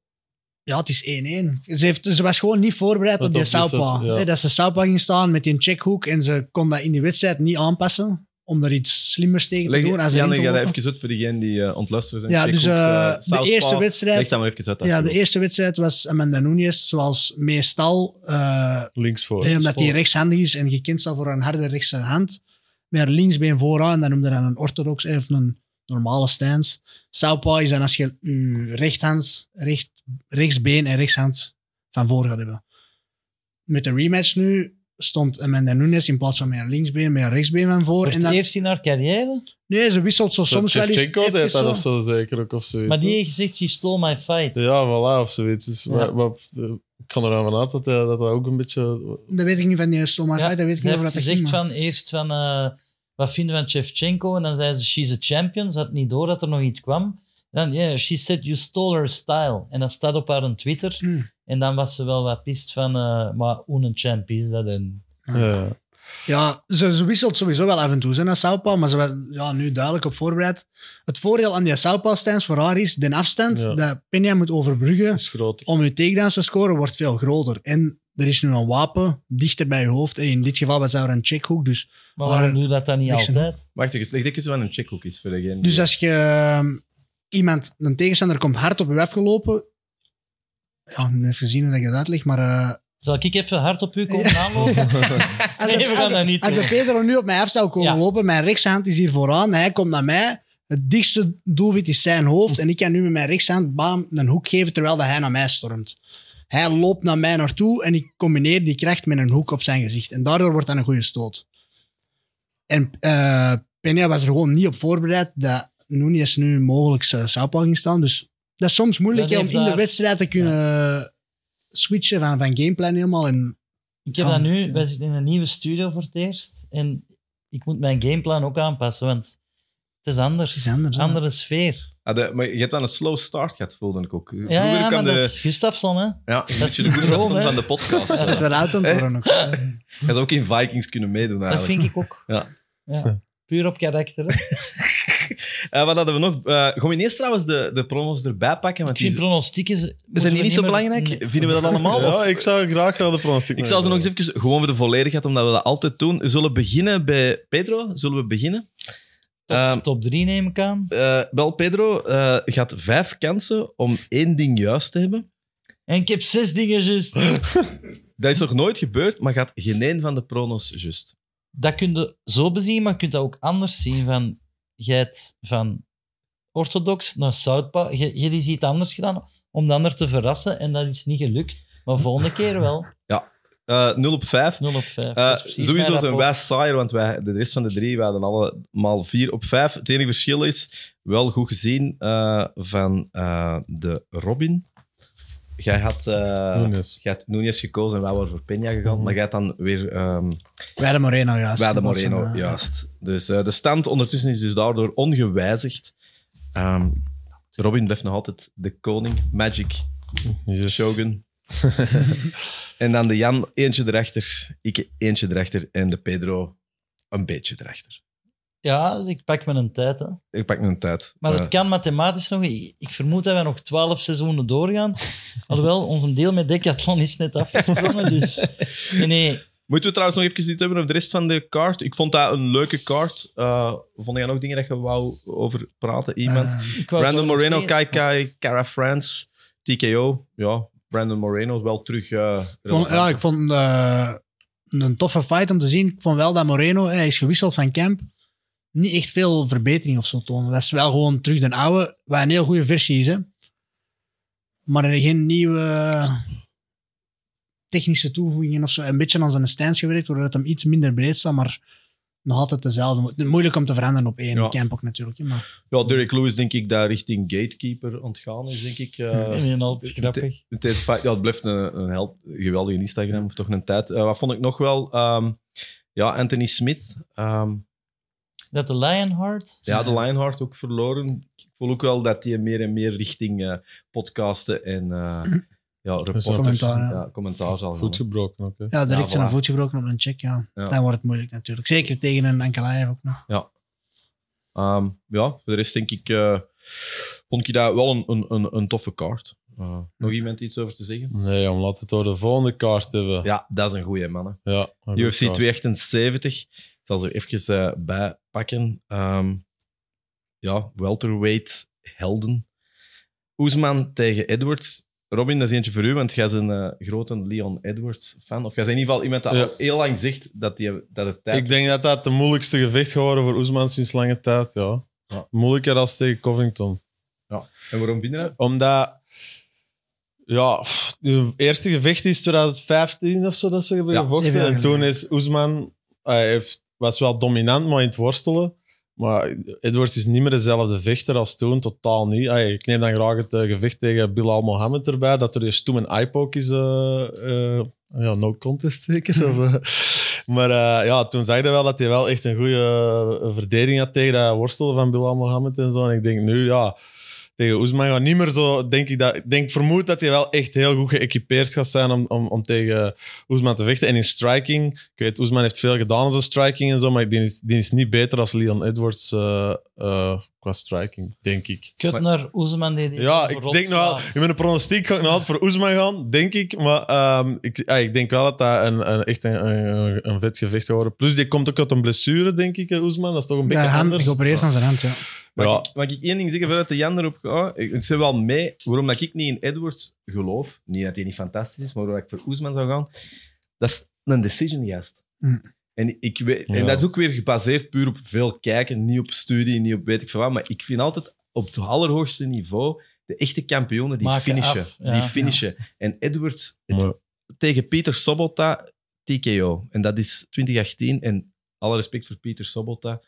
Speaker 2: Ja, het is 1-1. Ze, heeft, ze was gewoon niet voorbereid
Speaker 5: Dat
Speaker 2: op die
Speaker 5: dat is-
Speaker 2: Saupa.
Speaker 5: ja.
Speaker 2: Hè, Dat ze Saupa ging staan met die checkhoek en ze kon dat in die wedstrijd niet aanpassen om er iets slimmers tegen te doen. als ze in
Speaker 1: Jan,
Speaker 2: te
Speaker 1: ik ga dat
Speaker 2: lopen.
Speaker 1: even uit voor diegenen die eh, ontluisteren zijn.
Speaker 2: Ja,
Speaker 1: Check
Speaker 2: dus
Speaker 1: Hooks, eh,
Speaker 2: eh, de
Speaker 1: Southpaw.
Speaker 2: eerste wedstrijd...
Speaker 1: Leg dat maar even uit.
Speaker 2: Ja, de
Speaker 1: alsjeblieft.
Speaker 2: eerste wedstrijd was Amanda Nunes, zoals meestal. eh,
Speaker 5: Links voor.
Speaker 2: eh, omdat hij rechtshandig is en gekend staat voor een harde rechtse hand. Met haar linksbeen vooraan, en dan noemde hij een orthodox eh, of een normale stance. Southpaw is dan als je je rechthand, recht, rechtsbeen en rechtshand van voor gaat hebben. Met de rematch nu stond Amanda Nunes in plaats van met haar linksbeen, met haar rechtsbeen van voor.
Speaker 3: Voor
Speaker 2: En
Speaker 3: het
Speaker 2: dan,
Speaker 3: eerst in haar carrière.
Speaker 2: nee, ze wisselt zo soms wel eens.
Speaker 5: Shevchenko deed
Speaker 2: even
Speaker 5: dat
Speaker 2: zo.
Speaker 5: of zo zeker ook of zoiets.
Speaker 3: Maar die heeft gezegd, she stole my fight.
Speaker 5: Ja, voilà, of zoiets. Dus,
Speaker 3: Ja.
Speaker 5: maar, maar, eh, ik kan er aan van uit dat hij- dat hij ook een beetje...
Speaker 2: Dat weet ik niet van die Soma
Speaker 3: Ja,
Speaker 2: Fight, dat weet ik
Speaker 3: Ze
Speaker 2: niet of
Speaker 3: heeft
Speaker 2: dat dat ging,
Speaker 3: gezegd
Speaker 2: maar-
Speaker 3: van, eerst van, eh, wat vinden we van Shevchenko? En dan zei ze, she's a champion. Ze had niet door dat er nog iets kwam. En dan, yeah, she said you stole her style. En dat staat op haar Twitter.
Speaker 2: Hmm.
Speaker 3: En dan was ze wel wat pist van, eh, maar hoe een champ is dat? En
Speaker 5: eh,
Speaker 2: Ah.
Speaker 5: Ja.
Speaker 2: Ja, ze, ze wisselt sowieso wel af en toe, zijn naar Saupa, maar ze was ja, nu duidelijk op voorbereid. Het voordeel aan die Saupa-stance voor haar is, de afstand
Speaker 5: Ja.
Speaker 2: dat Peña moet overbruggen
Speaker 5: is groot.
Speaker 2: om je takedowns te scoren, wordt veel groter. En er is nu een wapen dichter bij je hoofd. En in dit geval was dat een checkhook. Dus,
Speaker 3: Maar
Speaker 2: Maar-
Speaker 3: waarom doe je dat dan niet
Speaker 2: Ik snap-
Speaker 3: altijd?
Speaker 1: Wacht even, leg even wat een checkhoek is voor degene.
Speaker 2: dus als je ehm, iemand, een tegenstander, komt hard op je afgelopen... Ja, ik moet even zien hoe dat ik dat uitleg, maar... eh,
Speaker 3: Zal ik even hard op u komen aanlopen?
Speaker 2: als
Speaker 3: Nee,
Speaker 2: het-
Speaker 3: we
Speaker 2: als
Speaker 3: gaan dat niet
Speaker 2: Als
Speaker 3: doen.
Speaker 2: de Pedro nu op mij af zou komen
Speaker 3: Ja.
Speaker 2: lopen, mijn rechtshand is hier vooraan, hij komt naar mij. Het dichtste doelwit is zijn hoofd. En ik kan nu met mijn rechtshand bam, een hoek geven terwijl dat hij naar mij stormt. Hij loopt naar mij naartoe en ik combineer die kracht met een hoek op zijn gezicht. En daardoor wordt dat een goede stoot. En eh Peña was er gewoon niet op voorbereid dat Nunes nu mogelijk zijn southpaw ging staan. Dus dat is soms moeilijk
Speaker 3: Dat
Speaker 2: hè, om
Speaker 3: heeft
Speaker 2: in de
Speaker 3: daar-
Speaker 2: wedstrijd te kunnen switchen van, van gameplan helemaal. En
Speaker 3: Ik heb
Speaker 2: Kan,
Speaker 3: dat nu,
Speaker 2: ja.
Speaker 3: wij zitten in een nieuwe studio voor het eerst. En ik moet mijn gameplan ook aanpassen, want het is anders.
Speaker 2: Het is anders, ja.
Speaker 3: Andere sfeer.
Speaker 1: Ah, de- maar je hebt wel een slow start gehad, voelde ik ook. Vroeger
Speaker 3: Ja, ja maar
Speaker 1: kwam de...
Speaker 3: dat is Gustafsson, hè.
Speaker 1: Ja,
Speaker 3: is
Speaker 1: dat is de
Speaker 3: syndroom,
Speaker 1: Gustafsson
Speaker 3: hè?
Speaker 1: van de podcast.
Speaker 2: dat
Speaker 1: Ja.
Speaker 2: we eruit aan het worden ook.
Speaker 1: Hij zou ook in Vikings kunnen meedoen
Speaker 3: Dat
Speaker 1: eigenlijk.
Speaker 3: vind ik ook.
Speaker 1: Ja.
Speaker 3: Ja. Puur op karakter. hè.
Speaker 1: Eh, wat hadden we nog? Eh gaan we ineens trouwens de, de promos erbij pakken?
Speaker 3: Ik
Speaker 1: Want
Speaker 3: vind
Speaker 1: die,
Speaker 3: pronostieken...
Speaker 1: zijn
Speaker 3: moeten we
Speaker 1: die niet zo
Speaker 3: meer-
Speaker 1: belangrijk?
Speaker 3: Nee.
Speaker 1: Vinden we dat allemaal?
Speaker 5: Ja,
Speaker 1: of-
Speaker 5: ik zou graag wel de pronostiek
Speaker 1: Ik zal ze nog
Speaker 5: nemen.
Speaker 1: eens even, gewoon voor de volledigheid, omdat we dat altijd doen. We zullen beginnen bij Pedro. Zullen we beginnen?
Speaker 3: Top,
Speaker 1: Ehm,
Speaker 3: top drie neem ik aan.
Speaker 1: Eh, wel, Pedro eh, gaat vijf kansen om één ding juist te hebben.
Speaker 3: En ik heb zes dingen juist.
Speaker 1: Dat is nog nooit gebeurd, maar gaat geen één van de pronos juist.
Speaker 3: Dat kun je zo bezien, maar je kunt dat ook anders zien. Van, jij hebt van orthodox naar Southpaw. Je, je hebt iets iets anders gedaan om de ander te verrassen. En dat is niet gelukt. Maar volgende keer wel.
Speaker 1: Eh 0 op 5.
Speaker 3: 0 op 5.
Speaker 1: Eh, sowieso zijn wij saaier, want wij, de rest van de drie wij hadden allemaal 4 op 5. Het enige verschil is, wel goed gezien, eh, van eh, de Robin. Jij had, eh
Speaker 5: Nunes.
Speaker 1: jij had Nunes gekozen en wij waren voor Peña gegaan.
Speaker 5: Mhm.
Speaker 1: Maar jij had dan weer ehm
Speaker 2: We hadden Moreno juist.
Speaker 1: Bij de
Speaker 2: Dat was een,
Speaker 1: Moreno,
Speaker 2: eh,
Speaker 1: juist. Dus eh, de stand ondertussen is dus daardoor ongewijzigd. Ehm, Robin blijft nog altijd de koning, Magic,
Speaker 5: Yes.
Speaker 1: Shogun. Dus- en dan de Jan, eentje erachter. Ik, eentje erachter. En de Pedro, een beetje erachter.
Speaker 3: Ja, ik pak me een tijd. Hè.
Speaker 1: Ik pak mijn tijd.
Speaker 3: Maar
Speaker 1: Eh,
Speaker 3: het kan mathematisch nog. Ik, ik vermoed dat wij nog 12 seizoenen doorgaan. Alhoewel, onze deel met Decathlon is net afgesprongen. Dus nee, nee.
Speaker 1: Moeten we trouwens nog even dit hebben over de rest van de kaart? Ik vond dat een leuke kaart. Eh vond jij nog dingen dat je wou over praten? Iemand?
Speaker 2: eh,
Speaker 3: Ik wou
Speaker 1: Brandon
Speaker 3: toch nog
Speaker 1: Moreno,
Speaker 3: zeggen-
Speaker 1: Kai Kai, Cara France, TKO. Ja, Brandon Moreno is wel terug. eh,
Speaker 2: Ik vond-
Speaker 1: relevant.
Speaker 2: ja, ik vond eh, een toffe fight om te zien. Ik vond wel dat Moreno, eh, hij is gewisseld van camp, niet echt veel verbetering of zo tonen. Dat is wel gewoon terug de oude, wat een heel goede versie is. Hè? Maar er geen nieuwe technische toevoegingen of zo. Een beetje aan zijn stance gewerkt, waardoor het hem iets minder breed staat, maar nog altijd dezelfde. Moeilijk om te veranderen op één
Speaker 1: Ja.
Speaker 2: camp ook natuurlijk. hè, Maar
Speaker 1: Ja, Derek Lewis, denk ik, daar richting gatekeeper ontgaan is, denk ik. eh,
Speaker 3: Nee, nee, altijd grappig.
Speaker 1: in deze fight. Ja, het blijft een, een held, een geweldige Instagram, of toch een tijd. Eh, wat vond ik nog wel? Ehm, ja, Anthony Smith. ehm,
Speaker 3: Dat de Lionheart.
Speaker 1: ja, de Lionheart ook verloren. Ik voel ook wel dat hij meer en meer richting eh, podcasten en eh ja, reporter,
Speaker 2: Commentaar, ja.
Speaker 1: ja, commentaar zal gaan.
Speaker 5: Goed gebroken ook. hè.
Speaker 2: ja, direct
Speaker 1: Ja,
Speaker 2: zijn
Speaker 1: voilà.
Speaker 2: voet gebroken op een check, ja.
Speaker 1: Ja.
Speaker 2: Dan wordt het moeilijk natuurlijk. Zeker tegen een Ankalaev ook nog.
Speaker 1: Ehm, ja, voor de rest denk ik, eh, vond ik dat wel een, een, een, een toffe kaart. Eh, nog iemand iets over te zeggen?
Speaker 5: Nee, om laten we het door de volgende kaart hebben.
Speaker 1: Ja, dat is een goeie, mannen.
Speaker 5: Ja, maar goed,
Speaker 1: UFC
Speaker 5: ja.
Speaker 1: 278. Ik zal ze er even eh, bij pakken. Ehm, ja, welterweight helden. Oesman tegen Edwards. Robin, dat is eentje voor u, want jij bent een eh, grote Leon Edwards-fan. Of jij bent in ieder geval iemand dat
Speaker 5: Ja.
Speaker 1: al heel lang zegt dat, die, dat het tijd...
Speaker 5: Ik denk dat dat de moeilijkste gevecht geworden voor Oesman sinds lange tijd. Ja.
Speaker 1: Ja.
Speaker 5: Moeilijker als tegen Covington.
Speaker 1: En waarom vind je dat?
Speaker 5: Omdat, ja, pff, het eerste gevecht is 2015 of zo dat ze hebben
Speaker 1: Ja,
Speaker 5: gevochten.
Speaker 2: zeven jaar
Speaker 5: En toen
Speaker 2: geleden.
Speaker 5: is Oesman, hij heeft, was wel dominant, maar in het worstelen. Maar Edwards is niet meer dezelfde vechter als toen, totaal niet. Ay, ik neem dan graag het eh, gevecht tegen Bilal Mohammed erbij, dat er eerst toen een eye-poke is. eh, eh, ja, no contest zeker. Of, eh, maar eh, ja, toen zag je wel dat hij wel echt een goede eh, verdediging had tegen dat worstelen van Bilal Mohammed en zo. En ik denk nu, ja, tegen Oesman gaat niet meer zo, denk ik dat, ik denk vermoed dat hij wel echt heel goed geëquipeerd gaat zijn om, om, om tegen Oesman te vechten. En in striking, ik weet, Oesman heeft veel gedaan als een striking en zo, maar die is, die is niet beter als Leon Edwards eh, eh, qua striking, denk ik.
Speaker 3: Kut naar Oezeman. die die
Speaker 5: Ja, ik
Speaker 3: verrot
Speaker 5: denk nog wel,
Speaker 3: slaat.
Speaker 5: in mijn pronostiek ga ik nog altijd voor Oesman gaan, denk ik. Maar ehm, ik, ja, ik denk wel dat dat een, een, echt een, een, een vet gevecht gaat worden. Plus, die komt ook uit een blessure, denk ik, eh, Oesman. Dat is toch een beetje
Speaker 2: Ja, hand,
Speaker 5: anders.
Speaker 2: geopereerd van zijn hand, ja.
Speaker 1: Mag,
Speaker 5: Ja.
Speaker 1: ik, mag ik één ding zeggen voordat de Jan erop gaat? Ik zeg wel mee waarom dat ik niet in Edwards geloof.
Speaker 3: Hm.
Speaker 1: Niet dat hij niet fantastisch is, maar waarom ik voor Oesman zou gaan. Dat is een decision gast.
Speaker 2: Mm.
Speaker 1: En En, ik weet,
Speaker 5: Ja.
Speaker 1: en dat is ook weer gebaseerd puur op veel kijken, niet op studie, niet op weet ik veel wat. Maar ik vind altijd op het allerhoogste niveau de echte kampioenen die
Speaker 3: Maken
Speaker 1: finishen.
Speaker 3: af, ja.
Speaker 1: die finishen. En Edwards het-
Speaker 5: Ja.
Speaker 1: tegen Pieter Sobota, TKO. En dat is 2018. En alle respect voor Pieter Sobota,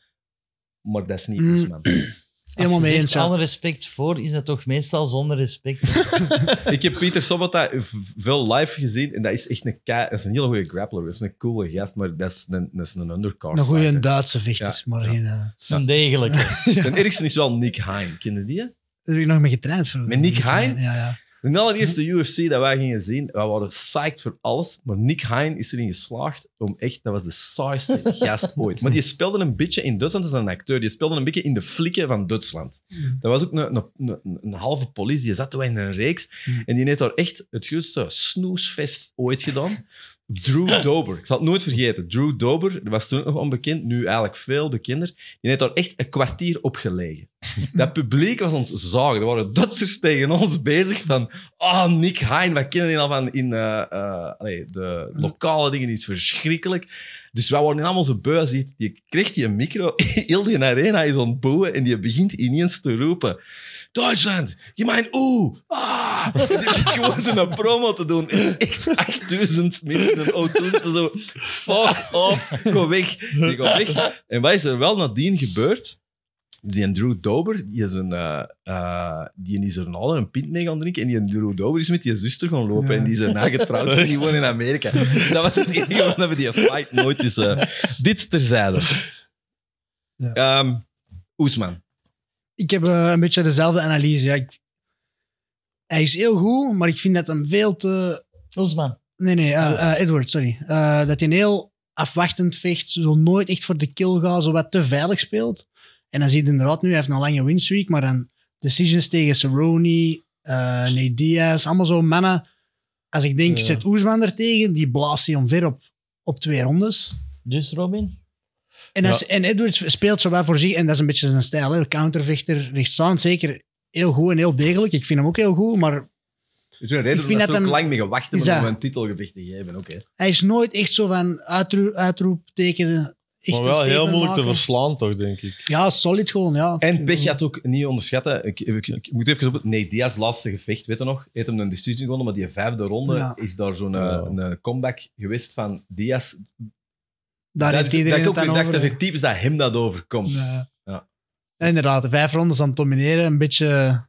Speaker 1: maar dat is niet
Speaker 3: Hm.
Speaker 2: Mm.
Speaker 1: Usman.
Speaker 2: Helemaal
Speaker 3: Als je
Speaker 2: mee
Speaker 3: zegt
Speaker 2: eens, ja.
Speaker 3: alle respect voor, is dat toch meestal zonder respect.
Speaker 1: Ik heb Pieter Sobota v- veel live gezien en dat is echt een, kei- dat is een hele goede grappler. Dat is een coole gast, maar dat is een, dat is een undercard.
Speaker 2: Een goede
Speaker 1: fighter.
Speaker 2: Duitse vechter, maar geen... eh,
Speaker 3: Een degelijke.
Speaker 1: En ergste is wel Nick Hein. Ken je die?
Speaker 2: Daar heb ik nog mee getraind. Voor
Speaker 1: Met Nick Hein?
Speaker 2: Ja, ja.
Speaker 1: De allereerste UFC dat wij gingen zien, wij waren psyched voor alles, maar Nick Hein is erin geslaagd om echt, dat was de saaiste gast ooit. Maar die speelde een beetje in Duitsland, dat is een acteur, die speelde een beetje in de flikken van Duitsland. Dat was ook een, een, een, een halve politie, die zat toen in een reeks
Speaker 2: Mm.
Speaker 1: en die heeft daar echt het grootste snoesfest ooit gedaan. Drew Dober, ik zal het nooit vergeten. Drew Dober was toen nog onbekend, nu eigenlijk veel bekender. Die heeft daar echt een kwartier op gelegen. Dat publiek was ons zagen. Er waren Duitsers tegen ons bezig van... Ah, Nick Hein, wij kennen die al van in eh, eh, allee, de lokale dingen. Die is verschrikkelijk. Dus wij worden allemaal zo beu als die, die krijgt die een micro. Heel die arena is aan het bouwen en die begint ineens te roepen. Duitsland, je mijn oeh, ah. En die begint gewoon zo'n promo te doen. En echt 8000 mensen in auto's zitten zo... Fuck off, go weg. Die gaat weg. En wat is er wel nadien gebeurd? Die en Drew Dober, die is, een, eh, eh, die is er een ouder een pint mee gaan drinken. En die en Drew Dober is met die zuster gaan lopen.
Speaker 2: Ja.
Speaker 1: En die is daarna getrouwd. En die woont in Amerika. Dat was het enige waarom we die fight nooit is. eh, dit terzijde.
Speaker 2: Ja.
Speaker 1: Ehm, Oesman.
Speaker 2: Ik heb eh, een beetje dezelfde analyse. Ja, ik- hij is heel goed, maar ik vind dat hem veel te...
Speaker 3: Oesman.
Speaker 2: Nee, nee,
Speaker 5: Oh.
Speaker 2: eh, eh, Edward, sorry. Eh, dat hij een heel afwachtend vecht, zo nooit echt voor de kill gaat, zo wat te veilig speelt. En dan zie je inderdaad nu, hij heeft een lange winstreak, maar dan decisions tegen Cerrone, eh Nate Diaz, allemaal zo mannen. Als ik denk,
Speaker 5: Ja.
Speaker 2: zet Oesman er tegen, die blaast hij omver op, op twee rondes.
Speaker 3: Dus Robin?
Speaker 2: En,
Speaker 5: Ja.
Speaker 2: als, en Edwards speelt zo wel voor zich, en dat is een beetje zijn stijl. Hè? Countervechter, rechtsstaand, zeker heel goed en heel degelijk. Ik vind hem ook heel goed, maar
Speaker 1: Er is een
Speaker 2: Ik
Speaker 1: reden
Speaker 2: vind
Speaker 1: dat ze
Speaker 2: dat
Speaker 1: ook
Speaker 2: hem-
Speaker 1: lang mee gewacht
Speaker 2: Is
Speaker 1: hebben
Speaker 2: dat-
Speaker 1: om een titelgewicht te geven. Oké.
Speaker 2: hij is nooit echt zo van uitroep, uitroeptekenen. echt
Speaker 5: Maar
Speaker 2: een
Speaker 5: wel heel
Speaker 2: statement
Speaker 5: moeilijk te
Speaker 2: maken.
Speaker 5: verslaan, toch, denk ik.
Speaker 2: Ja, solid gewoon, ja.
Speaker 1: En pech gaat ook niet onderschatten. Ik, ik, ik moet even op het. Nee, Diaz laatste gevecht, weet je nog? Heeft hem een decision gewonnen, maar die vijfde ronde
Speaker 2: Ja.
Speaker 1: is daar zo'n eh,
Speaker 5: Ja.
Speaker 1: een comeback geweest van Diaz.
Speaker 2: Daar
Speaker 1: dat,
Speaker 2: heeft iedereen
Speaker 1: dat ik ook
Speaker 2: het
Speaker 1: weer
Speaker 2: aan
Speaker 1: dacht dat
Speaker 2: over.
Speaker 1: het type is dat hem dat overkomt.
Speaker 2: Ja.
Speaker 1: Ja.
Speaker 2: En Inderdaad, vijf rondes aan het domineren, een beetje...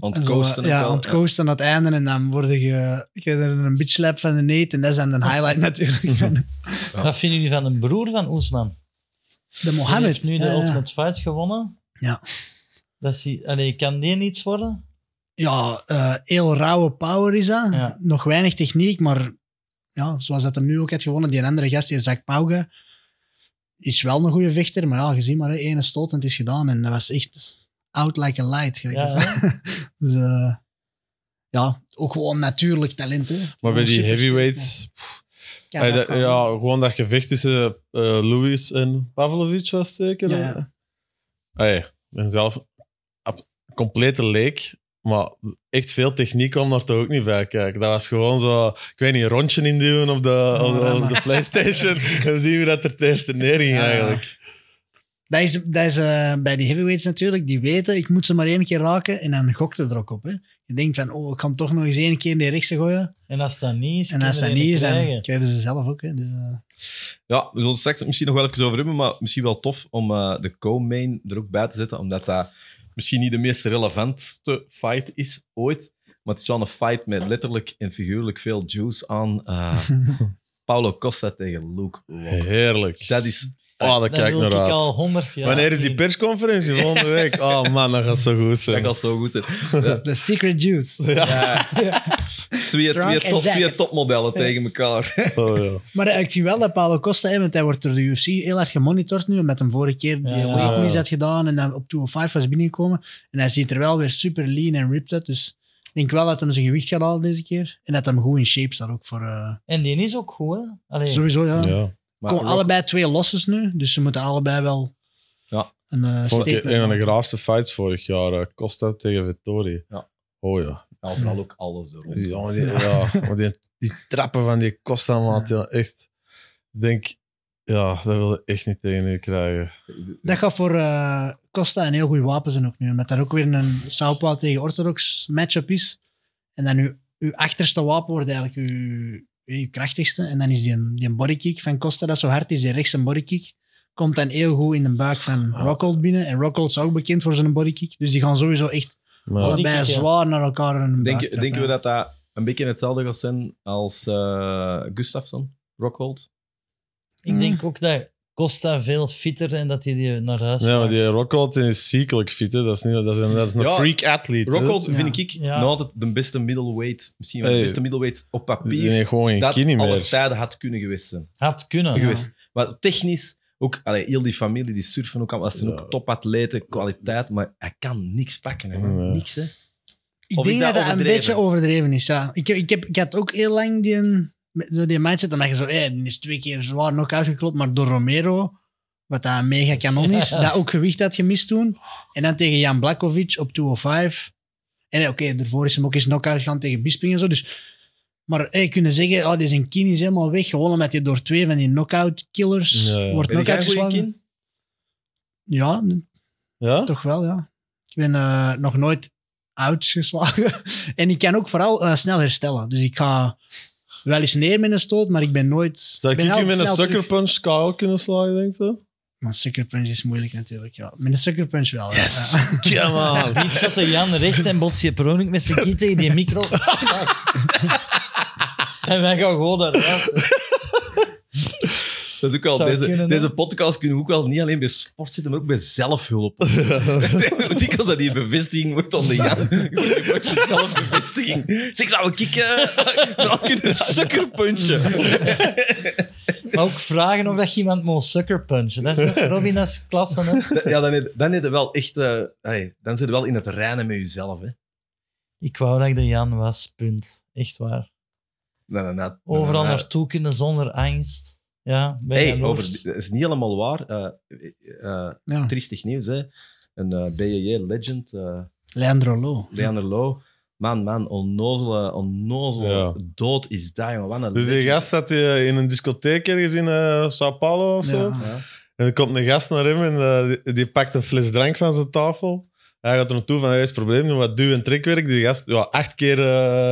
Speaker 1: Ontcoasten
Speaker 2: Zo,
Speaker 1: ook
Speaker 2: Ja,
Speaker 1: wel,
Speaker 2: ontcoasten aan het einde en dan word je, je krijgt er een bitch slap van de neet en dat is dan een highlight natuurlijk.
Speaker 1: Ja.
Speaker 3: Wat vinden jullie van een broer van Oesman?
Speaker 2: De Mohammed. eh,
Speaker 3: Die heeft nu de
Speaker 2: Ja, ja.
Speaker 3: Ultimate Fight gewonnen.
Speaker 2: Ja.
Speaker 3: Dat is, die- allee, kan die niets worden?
Speaker 2: ja, eh, heel rauwe power is dat.
Speaker 3: Ja.
Speaker 2: Nog weinig techniek, maar ja, zoals dat hem nu ook heeft gewonnen, die andere gast, die Zak Pauge, is wel een goede vechter, maar ja, gezien maar, hè, ene stoot en het is gedaan. En dat was echt out like a light. gelijk
Speaker 3: Ja,
Speaker 2: dat ze- dus, eh, ja, ook gewoon natuurlijk talent. Hè.
Speaker 5: Maar
Speaker 2: Gewoon
Speaker 5: bij die
Speaker 2: Oh, super-
Speaker 5: heavyweights...
Speaker 2: Ja,
Speaker 5: Hey,
Speaker 2: dat
Speaker 5: dat-
Speaker 2: kan.
Speaker 5: ja, gewoon dat gevecht tussen eh Louis en Pavlovic was zeker.
Speaker 2: Ja, ja.
Speaker 5: Hey, ik ben zelf ab- complete leek, maar echt veel techniek kwam daar toch ook niet bij kijken. Dat was gewoon zo, ik weet niet, een rondje induwen op de, op, de- op de PlayStation. en zien we dat er het eerste neer ging
Speaker 2: Ja, ja.
Speaker 5: eigenlijk.
Speaker 2: Dat is, dat is eh, bij die heavyweights natuurlijk, die weten, ik moet ze maar één keer raken en dan gokt het er ook op. Hè. Je denkt van, oh, ik kan toch nog eens één keer in die rechtse gooien.
Speaker 3: En als dat niet is,
Speaker 2: En als dat
Speaker 3: kunnen we
Speaker 2: niet
Speaker 3: die
Speaker 2: is, dan
Speaker 3: krijgen.
Speaker 2: krijgen ze zelf ook. Hè. Dus, eh,
Speaker 1: Ja, we zullen het straks misschien nog wel even over hebben, maar misschien wel tof om eh, de co-main er ook bij te zetten, omdat dat misschien niet de meest relevantste fight is ooit, maar het is wel een fight met letterlijk en figuurlijk veel juice aan. eh, Paulo Costa tegen Luke Rock.
Speaker 5: Heerlijk.
Speaker 1: Dat is...
Speaker 5: oh, daar
Speaker 3: Dan
Speaker 5: kijk ik
Speaker 3: wil
Speaker 5: naar
Speaker 3: ik
Speaker 5: uit.
Speaker 3: al honderd jaar.
Speaker 5: Wanneer is die
Speaker 3: zien.
Speaker 5: persconferentie? Volgende week? Oh man, dat gaat zo goed
Speaker 1: Dat
Speaker 5: zijn.
Speaker 1: kan zo goed zijn.
Speaker 2: The Secret Juice.
Speaker 1: Ja. Twee,
Speaker 2: Strong
Speaker 1: twee,
Speaker 2: and
Speaker 1: top, twee
Speaker 2: jagged.
Speaker 1: topmodellen tegen elkaar.
Speaker 5: Oh, ja.
Speaker 2: Maar eh, ik vind wel dat Paulo Costa, hè, want hij wordt door de UFC heel hard gemonitord nu, omdat hem vorige keer die
Speaker 3: Ja, ja.
Speaker 2: weight miss had gedaan en dan op 205 was binnengekomen. En hij ziet er wel weer super lean en ripped uit, dus ik denk wel dat hij zijn gewicht gaat halen deze keer. En dat hem goed in shape staat ook voor... eh,
Speaker 3: En die is ook goed, hè? Allee,
Speaker 2: Sowieso, ja.
Speaker 5: Ja.
Speaker 1: Maar
Speaker 2: Komen
Speaker 1: Rock-
Speaker 2: allebei twee losses nu, dus ze moeten allebei wel
Speaker 1: Ja.
Speaker 2: een eh,
Speaker 5: Vond ik
Speaker 2: statement
Speaker 5: een van
Speaker 2: maken.
Speaker 5: de graafste fights vorig jaar. eh, Costa tegen Vittori.
Speaker 1: Ja.
Speaker 5: Oh ja.
Speaker 1: Ja, vooral ook alles erop.
Speaker 5: Die, Dus ja, maar die, ja, maar die, die trappen van die Costa, maat. Ja, echt. Ik denk, Ja, dat wil je echt niet tegen u krijgen.
Speaker 2: Dat gaat voor eh, Costa een heel goede wapen zijn ook nu. Met daar ook weer een Southpaw tegen Orthodox matchup is. En dan uw, uw achterste wapen wordt eigenlijk uw, uw krachtigste. En dan is die, die bodykick van Costa dat zo hard is. Die rechts een bodykick komt dan heel goed in de buik van
Speaker 1: Ah.
Speaker 2: Rockhold binnen. En Rockhold is ook bekend voor zijn bodykick. Dus die gaan sowieso echt
Speaker 5: Maar
Speaker 3: Sorry.
Speaker 2: allebei
Speaker 3: Bodykick, ja.
Speaker 2: zwaar naar elkaar in hun
Speaker 1: Ah. Denk,
Speaker 2: buik
Speaker 1: je-
Speaker 2: trappen,
Speaker 1: denken we
Speaker 2: ja.
Speaker 1: dat dat een beetje hetzelfde gaat zijn als eh Gustafsson, Rockhold?
Speaker 3: Ik denk ook dat Costa veel fitter en dat hij die naar huis
Speaker 5: ja, maar
Speaker 3: maakt.
Speaker 5: die Rockhold is ziekelijk fit. Hè. Dat, is niet, dat, is een, dat is een
Speaker 1: Ja,
Speaker 5: freak athlete. hè.
Speaker 1: Rockhold
Speaker 2: Ja.
Speaker 1: vind ik
Speaker 3: Ja.
Speaker 1: nou altijd de beste middleweight, misschien wel
Speaker 5: Hey.
Speaker 1: de beste middleweight op
Speaker 5: Die
Speaker 1: papier,
Speaker 5: heeft gewoon geen
Speaker 1: dat
Speaker 5: knie
Speaker 1: aller
Speaker 5: meer.
Speaker 1: tijden had kunnen geweest zijn.
Speaker 3: Had kunnen.
Speaker 2: Ja.
Speaker 1: geweest. Maar technisch, ook allee, heel die familie, die surfen ook allemaal, dat zijn
Speaker 5: Ja.
Speaker 1: ook topatleten, kwaliteit, maar hij kan niks pakken. Hè, man.
Speaker 5: Nee.
Speaker 1: Niks, hè.
Speaker 2: Ik
Speaker 1: Of
Speaker 2: denk
Speaker 1: is dat
Speaker 2: dat dat een
Speaker 1: overdreven?
Speaker 2: beetje overdreven is, ja. Ik, heb- ik, heb, ik had ook heel lang die, een- zo die mindset, dan dacht je zo, hé, die is twee keer zwaar nog uitgeklopt, maar door Romero, wat daar een mega kanon is,
Speaker 3: Ja.
Speaker 2: dat ook gewicht had gemist toen. En dan tegen Jan Blakovic op 205. En eh, oké, daarvoor is hem ook eens knock-out gegaan tegen Bisping en zo, dus... Maar hey, kunnen zeggen, oh, die zijn kin is helemaal weg, gewonnen met die door twee van die knock-out killers
Speaker 5: Ja.
Speaker 1: Heb jij
Speaker 2: wordt knock-out
Speaker 1: een goede
Speaker 2: geslagen.
Speaker 1: kin?
Speaker 2: Ja,
Speaker 5: Ja?
Speaker 2: toch wel, ja. Ik ben eh, nog nooit uitgeslagen. en ik kan ook vooral eh, snel herstellen. Dus ik ga wel eens neer met een stoot, maar ik ben nooit...
Speaker 5: Zou ik
Speaker 2: ben
Speaker 5: je
Speaker 2: altijd
Speaker 5: met een
Speaker 2: snel
Speaker 5: sucker
Speaker 2: terug.
Speaker 5: punch KO kunnen slagen, denk je?
Speaker 2: Maar sucker punch is moeilijk natuurlijk, ja. Met een sucker punch wel, ja. Ja.
Speaker 5: Ja, man.
Speaker 3: Niet zat de Jan recht en botst je per ongeluk met zijn kiet tegen die micro. en wij gaan gewoon daaruit.
Speaker 1: Dat is ook wel,
Speaker 3: Zou
Speaker 1: deze,
Speaker 3: kunnen, hè?
Speaker 1: deze podcast kunnen we ook wel niet alleen bij sport zitten, maar ook bij zelfhulp. Ik was dat die bevestiging wordt onder Jan. Ik word zelf bevestiging. Zeg, ik zou we kicken? Dan kunnen sukker punchen.
Speaker 3: Maar ook vragen of dat je iemand moet sucker punchen. Dat is, dat is Robin, dat is klasse. Hè?
Speaker 1: Ja, dan heb- dan heb je wel echt... eh, allee, dan zit je wel in het reinen met jezelf. Hè.
Speaker 3: Ik wou dat ik de Jan was, punt. Echt waar.
Speaker 1: Na, na, na-
Speaker 3: Overal
Speaker 1: na- na-
Speaker 3: naartoe kunnen zonder angst. Ja, ben
Speaker 1: Hey,
Speaker 3: jaloers.
Speaker 1: over, het is niet helemaal waar. Eh, eh, eh, triestig nieuws, hè. Een eh BJJ-legend, eh
Speaker 2: Leandro Lo.
Speaker 1: Leander Low. Man, man, onnozele, onnozele
Speaker 5: Ja.
Speaker 1: dood is dat, jongen. Wat een
Speaker 5: Dus die
Speaker 1: legend.
Speaker 5: gast zat eh, in een discotheek ergens in eh, Sao Paulo of zo.
Speaker 2: Ja.
Speaker 1: Ja.
Speaker 5: En er komt een gast naar hem en eh, die, die pakt een fles drank van zijn tafel. Hij gaat er naartoe van, hij is het probleem, doe wat duw- en trekwerk. Die gast, ja, acht keer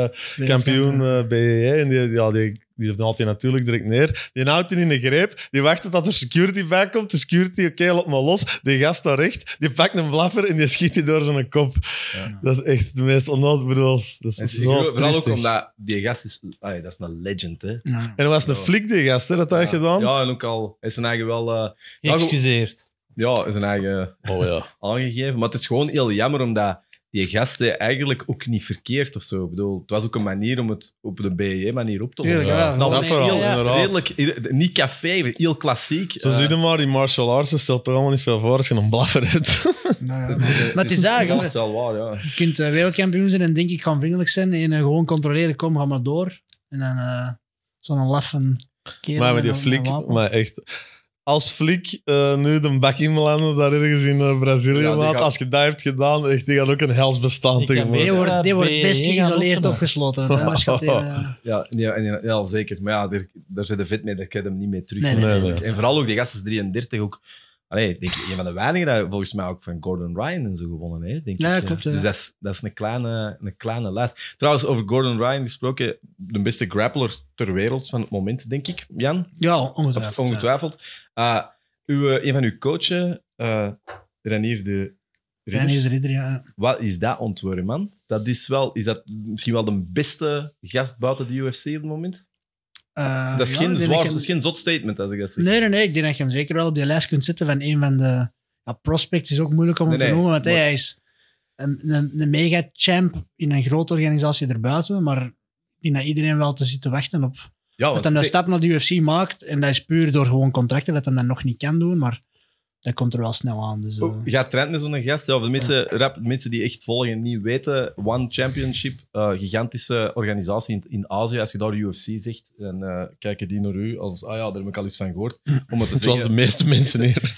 Speaker 5: eh, kampioen eh BJJ. En die, ja, die, die haalt hij natuurlijk direct neer. Die houdt hij in de greep. Die wacht tot er security bij komt. De security, oké, laat maar los. Die gast daar recht. Die pakt een blaffer en die schiet die door zijn kop.
Speaker 1: Ja.
Speaker 5: Dat is echt het meest onnodig. bedoel, dat
Speaker 1: En
Speaker 5: is
Speaker 1: ze-
Speaker 5: zo
Speaker 1: vooral ook
Speaker 5: triestig.
Speaker 1: omdat die gast is... allee, dat is een legend, hè.
Speaker 2: Ja.
Speaker 5: En dat was een flik, die gast, hè, dat hij
Speaker 1: ja.
Speaker 5: gedaan.
Speaker 1: Ja, en ook al is zijn eigen wel... eh,
Speaker 3: Excuseert.
Speaker 1: ja, is zijn eigen
Speaker 5: Oh ja.
Speaker 1: aangegeven. Maar het is gewoon heel jammer, omdat die gasten eigenlijk ook niet verkeerd of zo. Ik bedoel, het was ook een manier om het op de BJJ-manier op te lossen.
Speaker 2: Tuurlijk, ja.
Speaker 5: Dat
Speaker 1: Nou,
Speaker 2: Nee,
Speaker 5: vooral,
Speaker 1: heel,
Speaker 5: inderdaad.
Speaker 1: redelijk, niet café, heel klassiek.
Speaker 5: Zo
Speaker 1: Eh,
Speaker 5: zie je maar, die martial arts, dat stelt toch allemaal niet veel voor als je een blaffer hebt.
Speaker 2: Nou ja, maar- Maar het is
Speaker 1: Ja,
Speaker 2: eigenlijk...
Speaker 1: het eh, is wel waar, ja.
Speaker 2: Je kunt eh, wereldkampioen zijn en denk ik gaan vriendelijk zijn en eh, gewoon controleren, kom, ga maar door. En dan eh, zo'n laffen kerel
Speaker 5: maar met die
Speaker 2: en- en
Speaker 5: flik,
Speaker 2: wapen.
Speaker 5: maar echt... Als flik eh, nu de bak in Melanden daar ergens in eh, Brazilië
Speaker 1: Ja, die
Speaker 5: laat,
Speaker 1: gaat-
Speaker 5: als je dat hebt gedaan, echt, die gaat ook een hels bestaan
Speaker 3: Die kan
Speaker 5: tegenwoordig.
Speaker 2: Die wordt,
Speaker 3: Ja,
Speaker 2: die wordt
Speaker 3: ben je
Speaker 2: best
Speaker 3: hier gaan
Speaker 2: geïsoleerd
Speaker 3: oefenen?
Speaker 2: opgesloten. want Anders gaat hij... eh,
Speaker 1: Ja, nee, en, ja, ja, zeker. Maar ja, daar, daar zit de vet mee, daar kan je hem niet mee terug.
Speaker 2: Nee, nee,
Speaker 5: nee,
Speaker 1: natuurlijk. En vooral ook die gast is 33 ook. Allee, denk ik, een van de weinigen dat volgens mij ook van Gordon Ryan en zo gewonnen, hè, denk
Speaker 2: Ja,
Speaker 1: ik.
Speaker 2: klopt, ja.
Speaker 1: Dus dat is, dat is een, kleine, een kleine lijst. Trouwens, over Gordon Ryan gesproken, de beste grappler ter wereld van het moment, denk ik, Jan.
Speaker 2: Ja,
Speaker 1: Dat
Speaker 2: ongetwijfeld.
Speaker 1: is ongetwijfeld. Ah, uw, een van uw coachen, eh Renier de
Speaker 2: Ja,
Speaker 1: Ridder.
Speaker 2: nee, de ridder, ja.
Speaker 1: Wat is dat ontworpen, man? Dat is, wel, is dat misschien wel de beste gast buiten de UFC op het moment?
Speaker 2: Eh,
Speaker 1: dat, is
Speaker 2: ja, ik
Speaker 1: geen
Speaker 2: denk
Speaker 1: zwaar,
Speaker 2: je-
Speaker 1: dat is geen zot statement als ik dat zeg.
Speaker 2: Nee, nee, nee. Ik denk dat je hem zeker wel op die lijst kunt zetten van een van de ja, prospects. is ook moeilijk om hem
Speaker 1: Nee,
Speaker 2: te
Speaker 1: nee,
Speaker 2: noemen, want
Speaker 1: maar-
Speaker 2: hij is een, een, een mega-champ in een grote organisatie erbuiten. Maar ik denk dat iedereen wel te zitten wachten op
Speaker 1: ja, Ah, want
Speaker 2: dat hij de
Speaker 1: te-
Speaker 2: stap naar de UFC maakt. En dat is puur door gewoon contracten dat hij dat nog niet kan doen. Maar dat komt er wel snel aan. Dus, eh,
Speaker 1: Oh, gaat trend met zo'n gast. Ja, voor de mensen, rap, de mensen die echt volgen en niet weten, One Championship, eh, gigantische organisatie in, in Azië. Als je daar UFC zegt, dan eh, kijken die naar u als, ah ja, daar heb ik al iets van gehoord. Om het te
Speaker 5: Het was de
Speaker 1: zeggen,
Speaker 5: meeste mensen hier.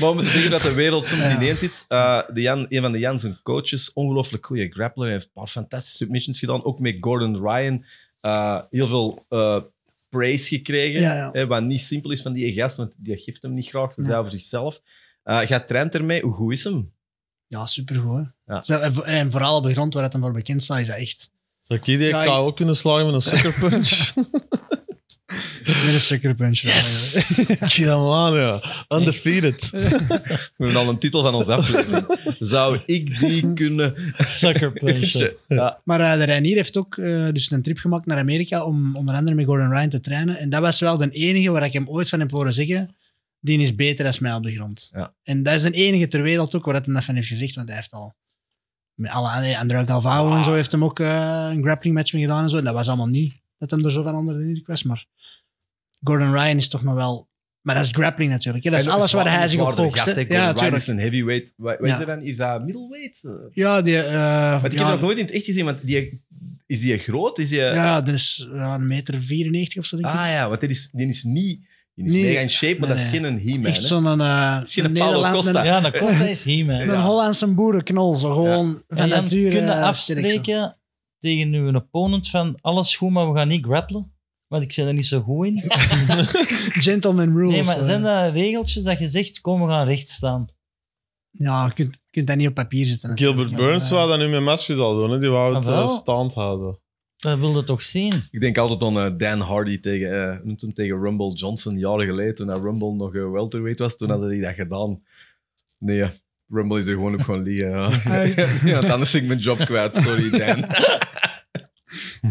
Speaker 1: maar om het te zeggen dat de wereld soms
Speaker 2: Ja.
Speaker 1: ineens zit. eh, de Jan, een van de Jan zijn coaches, ongelooflijk goede grappler, hij heeft een paar fantastische submissions gedaan. Ook met Gordon Ryan, eh, heel veel eh, praise gekregen.
Speaker 2: Ja, ja.
Speaker 1: Hè, wat niet simpel is van die gast, want die geeft hem niet graag, tenzij
Speaker 2: Nee.
Speaker 1: voor zichzelf. Eh jij traint ermee, hoe goed is hem?
Speaker 2: Ja, supergoed. hè.
Speaker 1: Ja.
Speaker 2: Zo, En, vo- en vooral op de grond waar het hem voor bekend staat, is dat echt
Speaker 5: Zou ik iedereen
Speaker 2: Ja,
Speaker 5: ook KO kunnen slagen met een sucker punch?
Speaker 2: weer een sucker punch.
Speaker 5: ja, man, ja. Undefeated.
Speaker 1: We hebben al een titel van onze aflevering. Zou ik die kunnen...
Speaker 3: Sucker punch.
Speaker 1: Ja.
Speaker 2: Maar eh, de Reinier heeft ook eh, dus een trip gemaakt naar Amerika om onder andere met Gordon Ryan te trainen. En dat was wel de enige waar ik hem ooit van heb horen zeggen, die is beter dan mij op de grond.
Speaker 1: Ja.
Speaker 2: En dat is de enige ter wereld ook waar dat hem dat van heeft gezegd, want hij heeft al met alle nee, André Galvao
Speaker 1: Ah.
Speaker 2: en zo heeft hem ook eh, een grappling match mee gedaan en zo. En dat was allemaal niet dat hem er zo van onder de indruk was, maar Gordon Ryan is toch nog wel... Maar dat is grappling natuurlijk. hè. Dat is
Speaker 1: En
Speaker 2: alles waar
Speaker 1: zwaar-
Speaker 2: hij zich op
Speaker 1: zwaarder
Speaker 2: focust.
Speaker 1: gast,
Speaker 2: hè.
Speaker 1: hè. Gordon
Speaker 2: Ja,
Speaker 1: Ryan
Speaker 2: natuurlijk.
Speaker 1: is een heavyweight. Wat, wat
Speaker 2: Ja.
Speaker 1: is er dan? Is dat middleweight? Eh,
Speaker 2: Ja, die... eh,
Speaker 1: Want ik
Speaker 2: ja,
Speaker 1: heb dat nog nooit in het echt gezien, want die, is die groot? Is die,
Speaker 2: Ja, dat is ja, een meter 94 of zo, denk ik.
Speaker 1: ah ja, want die is, die is niet... Die is
Speaker 2: Nee.
Speaker 1: mega in shape, maar
Speaker 2: Nee,
Speaker 1: dat is
Speaker 2: nee.
Speaker 1: geen He-Man.
Speaker 2: Echt
Speaker 1: hè.
Speaker 2: zo'n eh,
Speaker 1: Misschien
Speaker 2: een
Speaker 1: een Paulo
Speaker 2: Nederland-
Speaker 1: Costa.
Speaker 2: een-
Speaker 3: Ja, de kost is He-Man.
Speaker 2: Een
Speaker 1: Ja.
Speaker 2: Hollandse boerenknol, zo gewoon van
Speaker 3: En dan
Speaker 2: nature.
Speaker 3: kunnen
Speaker 2: eh, sterk, zo.
Speaker 3: afspreken tegen uw opponent van alles goed, maar we gaan niet grappelen. Want ik zit er niet zo goed in.
Speaker 2: Gentleman rules.
Speaker 3: Nee, maar
Speaker 2: eh.
Speaker 3: zijn dat regeltjes dat je zegt, kom, we gaan recht staan?
Speaker 2: Ja, je kunt, je kunt dat niet op papier zetten. natuurlijk,
Speaker 5: Gilbert
Speaker 2: ja,
Speaker 5: Burns
Speaker 2: maar, eh,
Speaker 5: wou dat nu met Masvidal doen. Hè. Die wou het
Speaker 3: Ah, wel?
Speaker 5: eh, stand houden.
Speaker 3: Dat wilde toch zien?
Speaker 1: Ik denk altijd aan eh, Dan Hardy tegen, eh, noemt hem tegen Rumble Johnson jaren geleden, toen dat Rumble nog eh, welterweight was. Toen hadden die dat gedaan. Nee, ja. Rumble is er gewoon op gewoon liggen. Ja.
Speaker 2: Echt?
Speaker 1: ja, want anders is ik mijn job kwijt. Sorry, Dan.
Speaker 2: eh,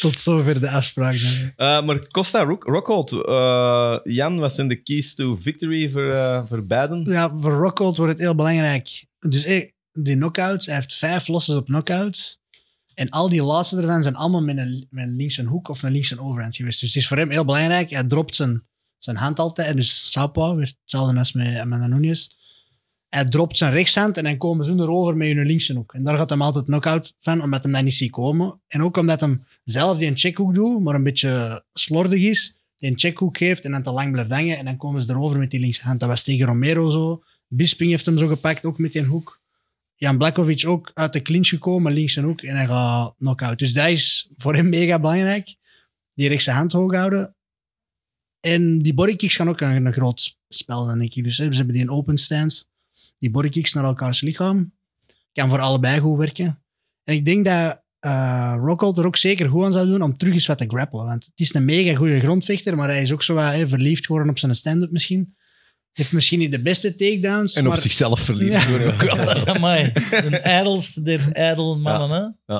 Speaker 2: Tot zover de afspraak. Dan.
Speaker 1: Eh, maar Costa Rock Rockhold, eh, Jan, wat zijn de keys to victory voor, eh, voor beiden?
Speaker 2: Ja, voor Rockhold wordt het heel belangrijk. Dus eh, die knockouts, hij heeft vijf losses op knockouts. En al die laatste ervan zijn allemaal met een, met een linkse hoek of een linkse overhand geweest. Dus het is voor hem heel belangrijk. Hij dropt zijn, zijn hand altijd. En dus Sapa weer hetzelfde als met Amanda Nunes. Hij dropt zijn rechtshand en dan komen ze erover met hun linkse hoek. En daar gaat hem altijd knock-out van, omdat hem dat niet ziet komen. En ook omdat hem zelf die een checkhoek doet, maar een beetje slordig is. Die een checkhoek geeft en dan te lang blijft hangen. En dan komen ze erover met die linkerhand. Dat was tegen Romero zo. Bisping heeft hem zo gepakt, ook met die hoek. Jan Blakovic ook uit de clinch gekomen, links en hoek. En hij gaat knock-out. Dus dat is voor hem mega belangrijk. Die rechtse hand hoog houden. En die bodykicks gaan ook een, een groot spel, denk ik. Dus hè, ze hebben die een open stance. Die bodykicks naar elkaars lichaam. Kan voor allebei goed werken. En ik denk dat eh Rockhold er ook zeker goed aan zou doen om terug eens wat te grappelen. Want het is een mega goede grondvechter, maar hij is ook zo wat, hè, verliefd geworden op zijn stand-up misschien. Heeft misschien niet de beste takedowns. maar...
Speaker 1: zichzelf
Speaker 2: Ja.
Speaker 1: doen ook wel.
Speaker 3: Amai, de ijdelste der ijdele mannen, hè?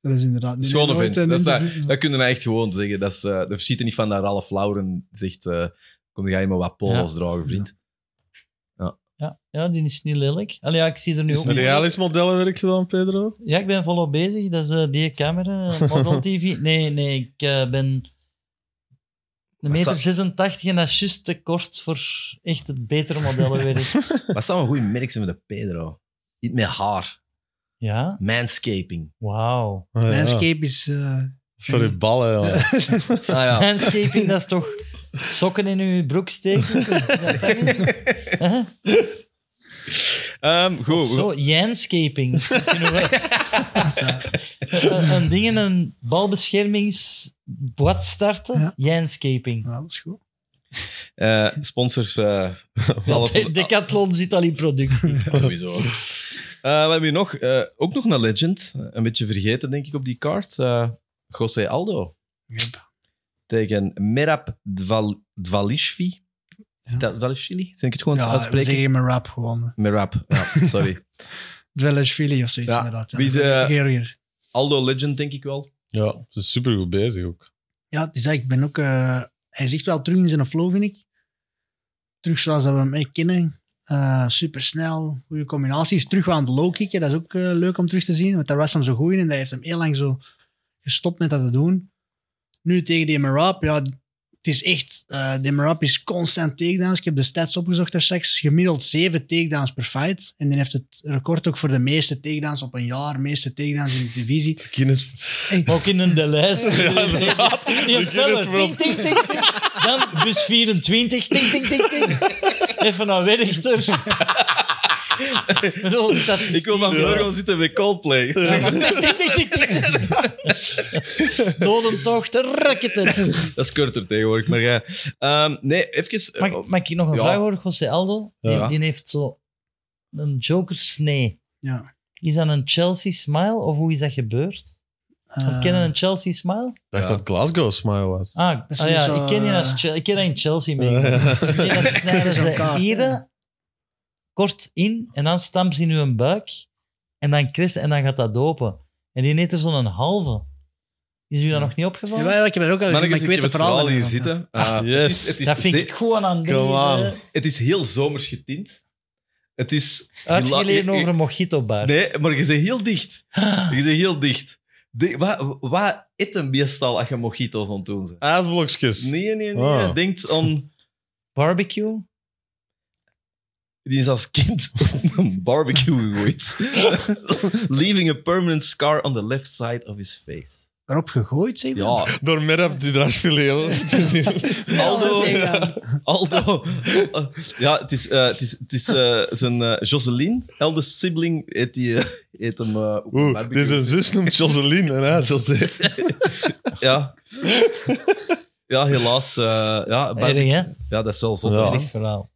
Speaker 2: Dat is inderdaad niet
Speaker 1: Schone
Speaker 2: nooit
Speaker 1: vent.
Speaker 2: een
Speaker 1: Dat, is
Speaker 2: interview-
Speaker 1: dat, dat kunnen we echt gewoon zeggen. Dat, is, eh dat verschiet er niet van dat Ralph Lauren zegt... eh, kom, ga je maar wat polo's dragen, vriend.
Speaker 3: Ja. ja, die is niet lelijk. Allee, ja, ik zie er nu
Speaker 1: Is
Speaker 3: ook
Speaker 5: Heb jij al eens modellenwerk gedaan, Pedro?
Speaker 3: Ja, ik ben volop bezig. Dat is eh, die camera, eh, Model TV. Nee, nee, ik eh, ben een
Speaker 1: Maar
Speaker 3: meter
Speaker 1: sta-
Speaker 3: 86 en dat is juist te kort voor echt het betere modellenwerk.
Speaker 1: Wat zou een goede merk zijn met de Pedro? Niet met haar.
Speaker 3: Ja,
Speaker 1: Manscaping.
Speaker 3: wauw.
Speaker 5: Ah, ja.
Speaker 2: Landscape is... eh,
Speaker 5: Voor die ballen, ja.
Speaker 1: Ah, ja.
Speaker 3: Landscaping, dat is toch sokken in uw broek steken? Is dat dat niet? Hè?
Speaker 1: Ehm, goed. we-
Speaker 3: Zo, janscaping. Kunnen we- een, een ding, een balbeschermingsbad starten?
Speaker 2: Ja.
Speaker 3: Janscaping.
Speaker 2: ja, dat is goed.
Speaker 1: eh, sponsors. eh, alles,
Speaker 3: De- Decathlon zit al in productie.
Speaker 1: sowieso. Eh, we hebben hier nog, eh, ook nog een legend. eh, Een beetje vergeten, denk ik, op die kaart. Eh, José Aldo.
Speaker 2: Yep.
Speaker 1: Tegen Merab Dval, Dvalishvi.
Speaker 2: Ja.
Speaker 1: Da- Dvalishvili? Zeg ik het gewoon
Speaker 2: Ja, we
Speaker 1: uitspreken?
Speaker 2: zeggen mijn rap gewoon.
Speaker 1: Merab, ja, sorry.
Speaker 2: Dwellishvili of zoiets
Speaker 1: Ja,
Speaker 2: inderdaad. Ja,
Speaker 1: wie is, eh,
Speaker 2: Georgiër.
Speaker 1: Aldo Legend, denk ik wel.
Speaker 5: Ja, ze is supergoed bezig ook.
Speaker 2: Ja, het is dat, ik ben ook... eh, hij zegt wel terug in zijn flow, vind ik. Terug zoals dat we hem echt kennen. Eh, supersnel, goede combinaties. Terug aan het low kicken, dat is ook eh, leuk om terug te zien. Want daar was hem zo goed in en dat heeft hem heel lang zo gestopt met dat te doen. Nu tegen die Merab, ja, het is echt... eh die Merab is constant takedowns. Ik heb de stats opgezocht daar straks. Gemiddeld zeven takedowns per fight. En die heeft het record ook voor de meeste takedowns op een jaar. meeste takedowns in de divisie.
Speaker 5: Guinness.
Speaker 3: Ook in een Deleuze.
Speaker 5: Ja, inderdaad.
Speaker 3: Die
Speaker 5: De Guinness
Speaker 3: tellen. Ting, ting, ting, ting. Dan bus 24. Ting, ting, ting, ting. Even naar Werchter. Ik bedoel, statistiek.
Speaker 1: Ik wil vanmiddag gewoon zitten bij Coldplay.
Speaker 3: Dodentocht, rakketen.
Speaker 1: Dat is korter tegenwoordig, maar jij... Ehm, nee, even...
Speaker 3: Mag, ik- mag ik nog een
Speaker 1: Ja.
Speaker 3: vraag horen, José Aldo? Die,
Speaker 1: Ja.
Speaker 3: die heeft zo een jokersnee.
Speaker 2: Ja.
Speaker 3: Is dat een Chelsea smile of hoe is dat gebeurd?
Speaker 2: Eh,
Speaker 3: Want kennen een Chelsea smile?
Speaker 5: Ik dacht dat Glasgow smile was.
Speaker 3: Ah,
Speaker 2: is
Speaker 3: ah
Speaker 2: niet
Speaker 3: ja,
Speaker 2: zo,
Speaker 3: ik ken die
Speaker 2: eh,
Speaker 3: als Chel- ik ken dat in Chelsea mee.
Speaker 5: Eh,
Speaker 3: Nee, dan
Speaker 2: Dat
Speaker 3: snijden
Speaker 2: is een
Speaker 3: ze
Speaker 2: kaart,
Speaker 3: hier
Speaker 2: ja.
Speaker 3: kort in en dan stampen ze in hun buik. En dan kwist en dan gaat dat open. En die neemt er zo'n halve. Is u dat
Speaker 2: Ja.
Speaker 3: nog niet opgevallen?
Speaker 2: Jawel, ik heb het ook al gezien, maar ik
Speaker 1: Mannetjes,
Speaker 2: weet
Speaker 1: ik heb
Speaker 2: het
Speaker 1: het verhaal
Speaker 2: verhaal
Speaker 1: hier
Speaker 2: niet.
Speaker 1: zitten.
Speaker 5: Ah,
Speaker 1: Ah,
Speaker 5: yes.
Speaker 1: het is- het is
Speaker 3: dat vind
Speaker 1: ze-
Speaker 3: ik gewoon aan
Speaker 5: Come on.
Speaker 3: deze
Speaker 1: Het is heel zomers getint. Het is...
Speaker 3: uitgeleden
Speaker 1: Je- je-
Speaker 3: over een mojito bar.
Speaker 1: Nee, maar je bent heel dicht. Je bent heel dicht. De, wat, wat eet een beestal als je mojito's aan het doen bent?
Speaker 5: Aasblokjes.
Speaker 1: Nee, nee, nee.
Speaker 5: Ah.
Speaker 1: Denkt aan...
Speaker 3: Barbecue?
Speaker 1: Die is als kind op een barbecue gegooid. Leaving a permanent scar on the left side of his face.
Speaker 2: Erop gegooid, zeg je?
Speaker 1: Ja,
Speaker 5: Door Merab die draagfilet.
Speaker 1: Aldo.
Speaker 2: Ja.
Speaker 1: Aldo. Eh, Ja, het is, eh, het is, het is eh, zijn eh, Jocelyn, eldest sibling, eet, die, eh, eet hem eh, op een
Speaker 5: Oeh,
Speaker 1: barbecue.
Speaker 5: deze zus noemt Jocelyn. En hij José.
Speaker 1: Ja. ja, helaas. eh, ja, bar-
Speaker 3: Erg, hè?
Speaker 1: ja, dat is wel zot.
Speaker 5: Ja.
Speaker 1: hè.
Speaker 3: Erg verhaal.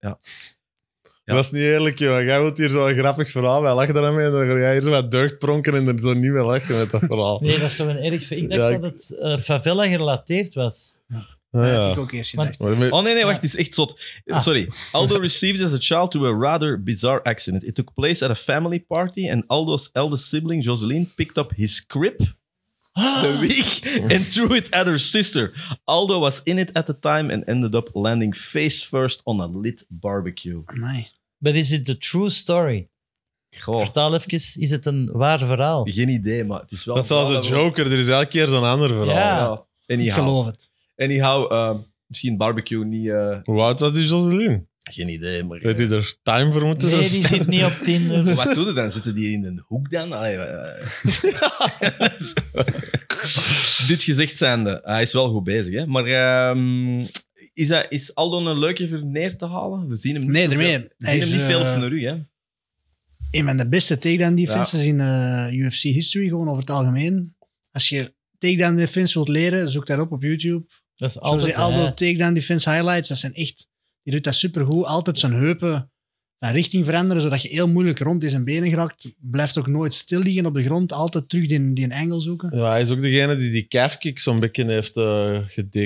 Speaker 1: Ja.
Speaker 5: Dat is niet eerlijk, joh. Jij wilt hier zo'n grappig verhaal bij lachen daarmee. En dan ga jij hier zo wat deugd pronken en er zo niet meer lachen met dat verhaal.
Speaker 3: Nee, dat is toch een erg... ver- Ik dacht
Speaker 5: Ja, ik-
Speaker 3: dat het eh, favela gerelateerd was.
Speaker 5: Ah,
Speaker 2: Dat had ik
Speaker 5: ja.
Speaker 2: ook eerst
Speaker 3: Maar-
Speaker 2: gedacht.
Speaker 5: Maar met-
Speaker 1: Oh nee, nee, wacht, het is echt zot. Eh,
Speaker 3: Ah.
Speaker 1: Sorry. Aldo received as a child to a rather bizarre accident. It took place at a family party and Aldo's eldest sibling, Jocelyn, picked up his crib
Speaker 3: Ah.
Speaker 1: the week and threw it at her sister. Aldo was in it at the time and ended up landing face first on a lit barbecue.
Speaker 2: Amai.
Speaker 3: But is it the true story?
Speaker 1: Goh,
Speaker 3: Vertaal even, is het een waar verhaal?
Speaker 1: geen idee, maar het is wel...
Speaker 5: Dat is zoals de Joker. Er is elke keer zo'n ander verhaal.
Speaker 3: Ja.
Speaker 1: oh, Ja.
Speaker 2: Ik
Speaker 1: Anyhow,
Speaker 2: geloof het.
Speaker 1: anyhow ehm, misschien barbecue niet... eh,
Speaker 5: Hoe oud was die Jocelyn?
Speaker 1: geen idee, maar...
Speaker 5: Weet hij er time voor moeten
Speaker 3: Nee, die zit niet op Tinder.
Speaker 1: Wat doen ze dan? Zitten die in een hoek dan? Allee, eh. Dit gezegd zijnde, hij is wel goed bezig. Hè? Maar ehm, is, hij, is Aldo een leuke voor neer te halen? We zien hem niet,
Speaker 2: Nee,
Speaker 1: zoveel-
Speaker 2: ermee.
Speaker 1: We
Speaker 2: Hij
Speaker 1: zien hem
Speaker 2: is,
Speaker 1: niet veel op
Speaker 2: eh,
Speaker 1: zijn rug. Hè?
Speaker 2: Een van de beste takedown defenses
Speaker 1: Ja.
Speaker 2: in eh, UFC history, gewoon over het algemeen. Als je takedown defense wilt leren, zoek daarop op YouTube.
Speaker 3: Dat is altijd...
Speaker 2: Altijd Aldo
Speaker 3: hè.
Speaker 2: takedown defense highlights, dat zijn echt... Die doet dat supergoed. Altijd zijn heupen naar richting veranderen, zodat je heel moeilijk rond in zijn benen geraakt. Blijft ook nooit stil liggen op de grond. Altijd terug die, die angle zoeken.
Speaker 5: Ja, hij is ook degene die die calfkick zo'n beetje heeft eh,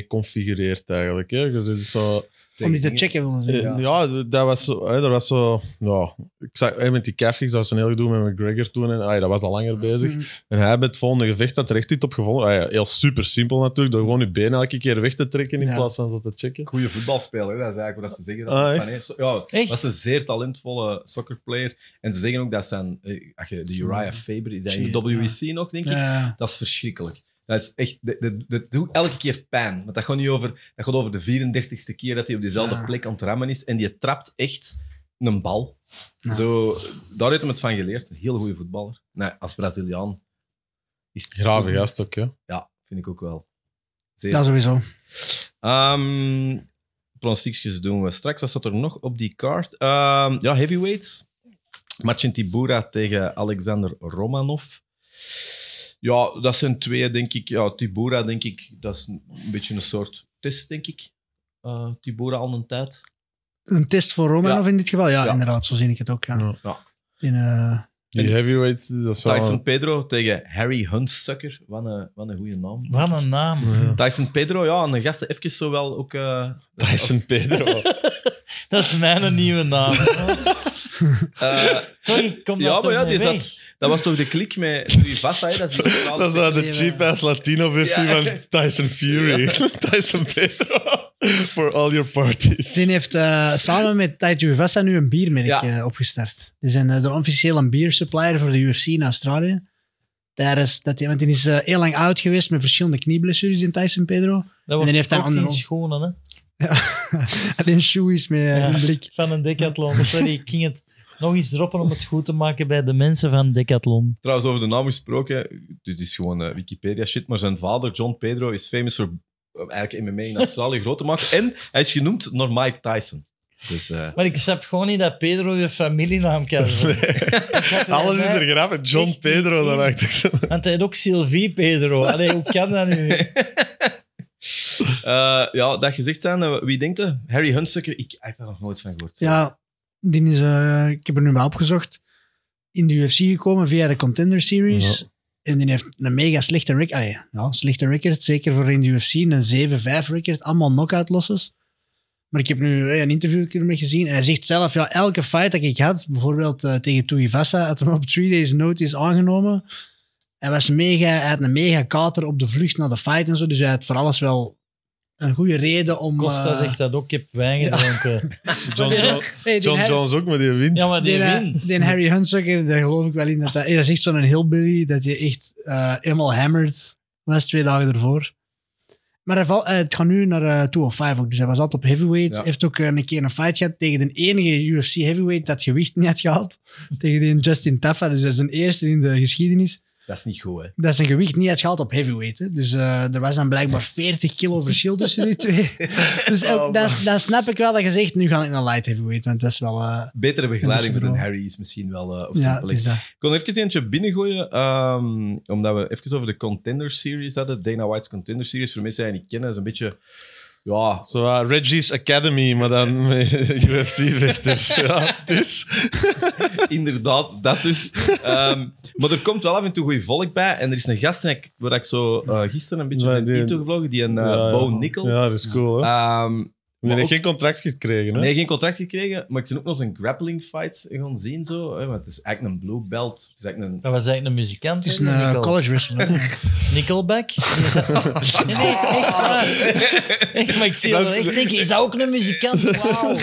Speaker 5: gedeconfigureerd eigenlijk. Hè? Dus het is zo,
Speaker 2: Om die te checken, willen ze.
Speaker 5: eh, ja. dat was zo... Hè, dat was zo ja, ik zag, hè, met die calfkicks, dat was een heel gedoe met McGregor toen. En, ah, ja, dat was al langer bezig.
Speaker 2: Mm.
Speaker 5: En hij met het volgende gevecht dat er echt iets op gevonden. Ah, ja, heel super simpel natuurlijk, door gewoon je benen elke keer weg te trekken in
Speaker 2: Ja.
Speaker 5: plaats van zo te checken.
Speaker 1: Goede voetbalspeler, hè? dat is eigenlijk wat ze zeggen. Dat
Speaker 5: Ah,
Speaker 1: hij
Speaker 5: echt?
Speaker 1: van is. ja,
Speaker 3: Echt?
Speaker 1: Dat is een zeer talentvolle soccerplayer. En ze zeggen ook dat zijn, eh, als je de Uriah Faber, die in de
Speaker 2: Shit,
Speaker 1: WEC nog, denk ik,
Speaker 2: Mm. Ja.
Speaker 1: Dat is verschrikkelijk. Dat is echt, dat, dat, dat doet elke keer pijn. Want dat gaat niet over, dat gaat over de 34ste keer dat hij op dezelfde
Speaker 2: Ja.
Speaker 1: plek aan het rammen is. En die trapt echt een bal.
Speaker 2: Ja.
Speaker 1: Zo, daar heeft hem het van geleerd. Een heel goede voetballer. Nee, als Braziliaan is het-
Speaker 5: Grave gast ook, hè.
Speaker 1: Ja, vind ik ook wel. Zeer.
Speaker 2: dat sowieso.
Speaker 1: Ehm, pronostiekjes doen we straks. Wat staat er nog op die kaart? Ehm, ja, heavyweights. Marcin Tibura tegen Alexander Romanov. Ja, dat zijn twee, denk ik. Ja, Tibura, denk ik, dat is een een beetje een soort test, denk ik. Eh, Tibura al een tijd.
Speaker 2: Een test voor Romanov in dit geval? Ja,
Speaker 1: Ja.
Speaker 2: inderdaad. Zo zie ik het ook. Ja.
Speaker 5: Ja.
Speaker 1: Ja.
Speaker 2: In, eh,
Speaker 5: Die
Speaker 1: En-
Speaker 5: heavyweights, dat is wel...
Speaker 1: Tyson Pedro tegen Harry Huntsucker. Wat een, wat een goede naam.
Speaker 3: Wat een naam.
Speaker 5: Ja.
Speaker 1: Tyson Pedro, ja, een gast die even zo wel ook... eh,
Speaker 5: Tyson Pedro.
Speaker 3: Dat is mijn nieuwe naam.
Speaker 1: eh,
Speaker 3: Toch, kom
Speaker 1: ja,
Speaker 3: dat
Speaker 1: maar ja,
Speaker 3: ermee
Speaker 1: die
Speaker 3: weg.
Speaker 1: zat, dat was toch de klik met Louis Vassa, hè? Dat is die totale-
Speaker 5: Dat is nou de cheap-ass Latino-versie
Speaker 1: Ja.
Speaker 5: van Tyson Fury. Tyson Pedro. For all your parties.
Speaker 2: Din heeft eh, samen met Taito Uvasa nu een biermerk
Speaker 1: Ja.
Speaker 2: eh, opgestart. Die zijn eh, de officiële biersupplier voor de UFC in Australië. Tijdens dat die, want die is eh, heel lang oud geweest met verschillende knieblessures in Tyson Pedro.
Speaker 3: Dat wordt
Speaker 2: die heeft dan
Speaker 3: heeft ook niet
Speaker 2: andere-
Speaker 3: schoenen, hè.
Speaker 2: Alleen shoeies met eh,
Speaker 3: Ja.
Speaker 2: een blik.
Speaker 3: Van een decathlon. Dus Sorry, ik ging het nog eens droppen om het goed te maken bij de mensen van decathlon.
Speaker 1: Trouwens, over de naam gesproken, dit is gewoon eh, Wikipedia shit, maar zijn vader, John Pedro, is famous voor eh, eigenlijk MMA in Australië groot te maken. En hij is genoemd naar Mike Tyson. Dus eh,
Speaker 3: Maar ik snap gewoon niet dat Pedro je familienaam kan zijn.
Speaker 5: Alles is er grappig. John
Speaker 3: echt
Speaker 5: Pedro,
Speaker 3: niet
Speaker 5: dan
Speaker 3: in.
Speaker 5: dacht ik zo.
Speaker 3: Want hij heet ook Sylvie Pedro. Allee, hoe kan dat nu?
Speaker 1: eh, ja, dat gezegd zijn, eh, wie denkt dat? Harry Hunsucker, ik heb daar nog nooit van gehoord.
Speaker 2: Ja, die is, eh, ik heb er nu maar opgezocht. In de UFC gekomen via de Contender Series. En die heeft een mega slechte record. ja, slechte record, zeker voor in de UFC. Een 7-5 record, allemaal knockout losses. Maar ik heb nu eh, een interview met gezien. En hij zegt zelf, ja, elke fight dat ik had, bijvoorbeeld eh, tegen Tuivasa, had hem op three days notice aangenomen. Hij, was mega, hij had een mega kater op de vlucht naar de fight en zo. Dus hij had voor alles wel een goede reden om...
Speaker 3: Costa
Speaker 2: eh,
Speaker 3: zegt dat ook. Ik heb wijn gedronken.
Speaker 5: John, Jo-
Speaker 2: hey, die
Speaker 5: John
Speaker 2: Harry-
Speaker 5: Jones ook, maar die wint.
Speaker 3: Ja, maar die
Speaker 2: eh,
Speaker 3: wint.
Speaker 2: die Harry Hunsucker, daar geloof ik wel in. Dat, dat, dat is echt zo'n hillbilly, dat je echt eh, helemaal hammered was twee dagen ervoor. Maar hij val, eh, het gaat nu naar eh, 205 ook, dus hij was altijd op heavyweight.
Speaker 1: Ja.
Speaker 2: Heeft ook eh, een keer een fight gehad tegen de enige UFC heavyweight dat gewicht niet had gehaald. tegen die Justin Taffa, dus dat is een eerste in de geschiedenis.
Speaker 1: Dat is niet goed, hè?
Speaker 2: Dat zijn gewicht niet had gehaald op heavyweight. Hè. Dus eh, er was dan blijkbaar 40 kilo verschil tussen die twee. dus ook,
Speaker 1: Oh,
Speaker 2: dat, is- dat snap ik wel dat je zegt, nu ga ik naar light heavyweight, want dat is wel... eh,
Speaker 1: Betere begeleiding
Speaker 2: Dat
Speaker 1: voor
Speaker 2: is
Speaker 1: een
Speaker 2: er
Speaker 1: Harry is misschien wel eh op zijn
Speaker 2: ja, het
Speaker 1: plek.
Speaker 2: is dat.
Speaker 1: Ik kon even eentje binnengooien, ehm, omdat we even over de Contender Series hadden. Dana White's Contender Series, voor mensen die het niet kennen, is een beetje... Ja,
Speaker 5: Zo, eh, Reggie's Academy, maar dan met UFC-vechters. Ja, het is.
Speaker 1: inderdaad, dat dus. Ehm, maar er komt wel af en toe goed volk bij. En er is een gast die ik- waar ik zo eh, gisteren een beetje
Speaker 5: Ja,
Speaker 1: zijn
Speaker 5: die-
Speaker 1: die toegevlogen, die een eh,
Speaker 5: ja,
Speaker 1: Bo
Speaker 5: ja.
Speaker 1: Nickel.
Speaker 5: Ja, dat is cool, hè.
Speaker 1: Ehm,
Speaker 5: Die
Speaker 1: maar
Speaker 5: heeft
Speaker 1: ook-
Speaker 5: geen contract gekregen, hè?
Speaker 1: Nee, geen contract gekregen, maar ik ben ook nog zijn grappling fights gaan zien. Zo, hè, want het is eigenlijk een blue belt. Het is eigenlijk een...
Speaker 3: Dat was eigenlijk een muzikant.
Speaker 2: Het is
Speaker 3: hè,
Speaker 2: een eh,
Speaker 3: Nickel-
Speaker 2: college wrestler.
Speaker 3: Nickelback. Die is- Nee, nee, echt waar. Echt, maar ik zie dat echt denken, is dat ook een muzikant? Wauw.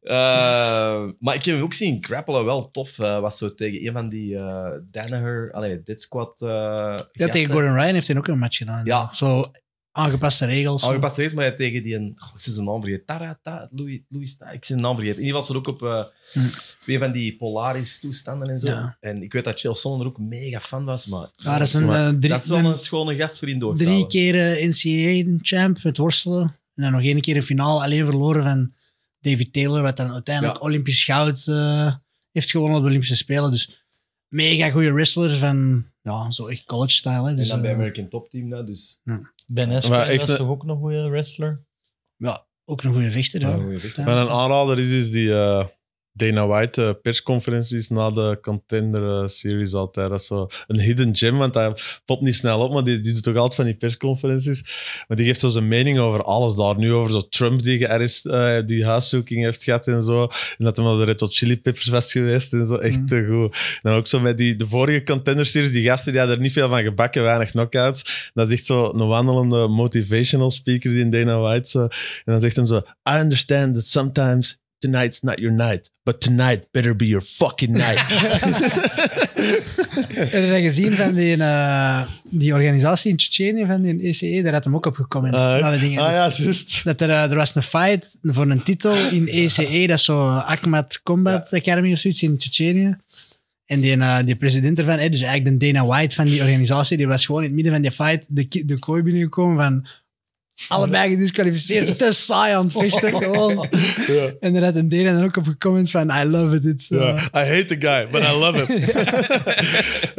Speaker 1: Eh, maar ik heb hem ook zien grappelen, wel tof. eh, was zo tegen een van die eh Danaher, allee, dit squad. eh,
Speaker 2: ja,
Speaker 1: gasten.
Speaker 2: tegen Gordon Ryan heeft hij ook een match gedaan.
Speaker 1: Ja.
Speaker 2: Zo aangepaste regels.
Speaker 1: Oh, gepast reeds, maar hij tegen die een. Oh, ik zit zijn naam vergeten. Tarata, Louis, Louis Ta- ik zit zijn naam vergeten. In ieder geval zat ook op eh,
Speaker 2: Hm.
Speaker 1: weer van die Polaris-toestanden en zo.
Speaker 2: Ja.
Speaker 1: En ik weet dat Chael Sonnen er ook mega fan was, maar.
Speaker 2: ja, dat is een,
Speaker 1: Maar
Speaker 2: eh, drie,
Speaker 1: dat is wel
Speaker 2: een
Speaker 1: een schone gast voor in door. te
Speaker 2: drie
Speaker 1: halen.
Speaker 2: keer eh, NCAA-champ met worstelen. En dan nog één keer een finale alleen verloren van David Taylor, wat dan uiteindelijk Olympisch goud eh, heeft gewonnen op de Olympische Spelen. Dus mega goede wrestler van ja, zo echt college-style. hè.
Speaker 1: En
Speaker 2: Dus,
Speaker 1: dan bij
Speaker 2: eh,
Speaker 1: American Top Team, nou, dus.
Speaker 3: Ben
Speaker 5: Maar
Speaker 3: Askren
Speaker 5: echt
Speaker 3: was
Speaker 5: een-
Speaker 3: toch ook een goede wrestler?
Speaker 2: ja, ook een goede vechter.
Speaker 1: Ja,
Speaker 2: Ja.
Speaker 1: een goeie vechter.
Speaker 5: Maar een aanrader is, is die eh, Dana White eh, persconferenties na de Contender eh, Series altijd. Dat is zo een hidden gem, want hij popt niet snel op, maar die, die doet toch altijd van die persconferenties. Maar die geeft zo zijn mening over alles daar. Nu over zo Trump die gearrest, eh, die huiszoeking heeft gehad en zo. En dat hij naar de Red Hot Chili Peppers was geweest en zo. Echt
Speaker 2: Mm.
Speaker 5: te goed. En dan ook zo met die, de vorige Contender Series, die gasten die hadden er niet veel van gebakken, weinig knockouts. Dat is echt zo een wandelende motivational speaker die in Dana White zo en dan zegt hem zo: I understand that sometimes tonight's not your night, but tonight better be your fucking night.
Speaker 2: Heb je dat gezien van die, eh, die organisatie in Tsjetsjenië, van die ECE? Daar had hem ook op gekomen.
Speaker 5: Ah,
Speaker 2: Alle dingen.
Speaker 5: ah ja, juist.
Speaker 2: Dat er, eh, er was een fight voor een titel in ECE, dat is zo Akmat Combat Academy of zoiets in Tsjetsjenië. En die, eh, die president ervan, hè, dus eigenlijk de Dana White van die organisatie, die was gewoon in het midden van die fight de, ki- de kooi binnengekomen van allebei gedisqualificeerd, te saai aan het vechten gewoon.
Speaker 5: Ja.
Speaker 2: En daar had een Dana dan ook op gecomment van I love it, it's, eh,
Speaker 5: Ja. I hate the guy, but I love him.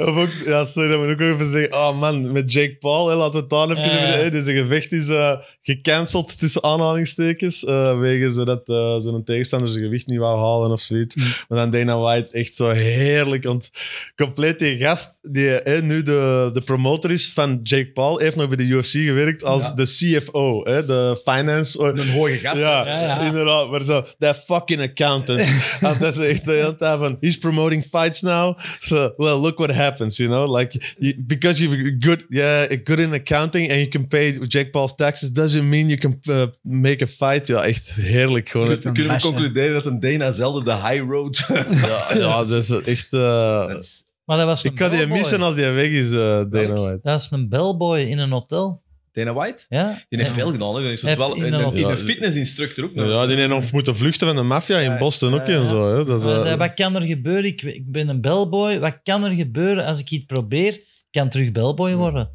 Speaker 5: of ook, ja, sorry, dat moet ik ook even zeggen. Oh man, met Jake Paul, hè, laten we het daar
Speaker 3: Ja,
Speaker 5: even
Speaker 3: ja.
Speaker 5: over hebben. Hè, Deze gevecht is eh, gecanceld tussen aanhalingstekens. eh, wegens eh, dat eh, zo'n tegenstander zijn gewicht niet wou halen of zoiets. Maar dan Dana White echt zo heerlijk. Want compleet die gast die hè, nu de, de promotor is van Jake Paul, heeft nog bij de UFC gewerkt als
Speaker 1: Ja.
Speaker 5: de CFO, hè, de finance. or-
Speaker 1: Een hoge gast.
Speaker 5: ja,
Speaker 3: Ja, ja.
Speaker 5: inderdaad. Maar zo, that fucking accountant. Want dat is echt de hele tijd van, he's promoting fights now. So, well, look what happens, you know? Like, you- because you're good, yeah, good in accounting and you can pay Jake Paul's taxes doesn't mean you can uh, make a fight. Ja, echt heerlijk gewoon.
Speaker 2: Goed
Speaker 5: Het-
Speaker 2: dan.
Speaker 1: Kunnen we
Speaker 2: Basje.
Speaker 1: concluderen dat een Dana zelden de high road...
Speaker 5: Ja, ja, dat is echt... eh,
Speaker 1: Dat is-
Speaker 3: Maar dat was een
Speaker 5: ik kan die
Speaker 3: bellboy.
Speaker 5: missen als die weg is, eh Dana White.
Speaker 3: Dat is een bellboy in een hotel.
Speaker 1: Dana White?
Speaker 3: Ja?
Speaker 1: Die heeft
Speaker 3: En-
Speaker 1: veel gedaan. Hè. Die is
Speaker 3: Heeft
Speaker 1: wel,
Speaker 3: in
Speaker 1: een,
Speaker 3: de-
Speaker 1: een,
Speaker 5: Ja.
Speaker 1: fitnessinstructor ook. nog.
Speaker 5: Ja, die heeft nog moeten vluchten van de maffia in
Speaker 1: Ja,
Speaker 5: Boston ook
Speaker 1: ja,
Speaker 5: en
Speaker 1: ja.
Speaker 5: zo. Hè. Dat is,
Speaker 3: Maar hij
Speaker 5: eh,
Speaker 3: zei, wat kan er gebeuren? Ik, ik ben een bellboy. Wat kan er gebeuren als ik iets probeer? Ik kan terug bellboy worden.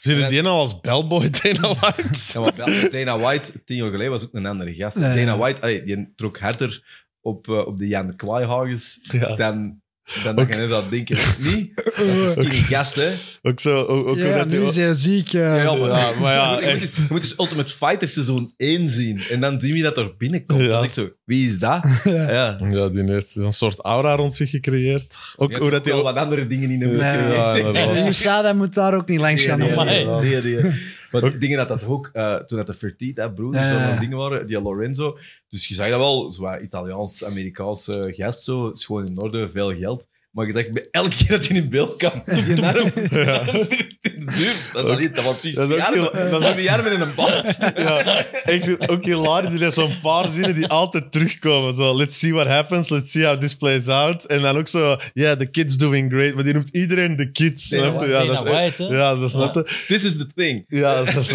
Speaker 5: Zie je die nou als bellboy, Dana White?
Speaker 1: Ja, maar Bel- Dana White, tien jaar geleden, was ook een andere gast.
Speaker 2: Ja, ja.
Speaker 1: Dana White, allee, die trok harder op, eh, op de Jan Kwaaihagens
Speaker 5: Ja.
Speaker 1: dan, dan dat je net aan denken. Niet? Dat is een skinny gast, hè.
Speaker 5: Ook zo, ook, ook hoe
Speaker 2: Ja,
Speaker 5: dat die-
Speaker 2: nu is hij ziek. eh.
Speaker 1: Ja, maar-
Speaker 5: ja, maar ja,
Speaker 1: je, moet, je moet
Speaker 5: echt.
Speaker 1: eens- je moet eens Ultimate Fighter seizoen 1 zien. En dan zien we dat er binnenkomt.
Speaker 5: Ja.
Speaker 1: Dan denk ik zo, wie is dat?
Speaker 2: Ja.
Speaker 1: Ja.
Speaker 5: Ja, die heeft een soort aura rond zich gecreëerd. Ook
Speaker 1: Die
Speaker 5: hoe
Speaker 1: had
Speaker 5: dat
Speaker 1: ook
Speaker 5: die
Speaker 1: wel
Speaker 5: ook...
Speaker 1: wat andere dingen in de
Speaker 2: Nee.
Speaker 5: Ja, inderdaad.
Speaker 2: En Usada moet daar ook niet langs gaan.
Speaker 1: Nee,
Speaker 2: hoor.
Speaker 1: nee,
Speaker 3: Amai.
Speaker 1: nee, nee, nee. eh, Want ik denk dat dat ook, eh, toen dat de Fertita broeders
Speaker 2: Ja, ja, ja.
Speaker 1: zo'n ding waren, die Lorenzo. Dus je zag dat wel, zwaar Italiaans-Amerikaanse gast, zo, is gewoon in orde, veel geld. Maar je zag bij elke keer dat hij in beeld kwam, toep, toep, toep.
Speaker 5: Ja.
Speaker 1: Duur, dat is dat niet, dat was precies
Speaker 5: Dat is
Speaker 1: twee
Speaker 5: ook
Speaker 1: jaar,
Speaker 5: heel-
Speaker 1: met-
Speaker 5: dat is ook-
Speaker 1: twee jaar met een band.
Speaker 5: Ja, echt ook hilarisch. Er zijn zo'n paar zinnen die altijd terugkomen. Zo, let's see what happens, let's see how this plays out. En dan ook zo, yeah, the kids doing great. Maar die noemt iedereen de kids.
Speaker 1: Dana
Speaker 5: snap je? Ja,
Speaker 3: Dana
Speaker 5: dat,
Speaker 3: White, hè?
Speaker 5: ja, dat snap je.
Speaker 1: This is the thing.
Speaker 5: Ja, dat is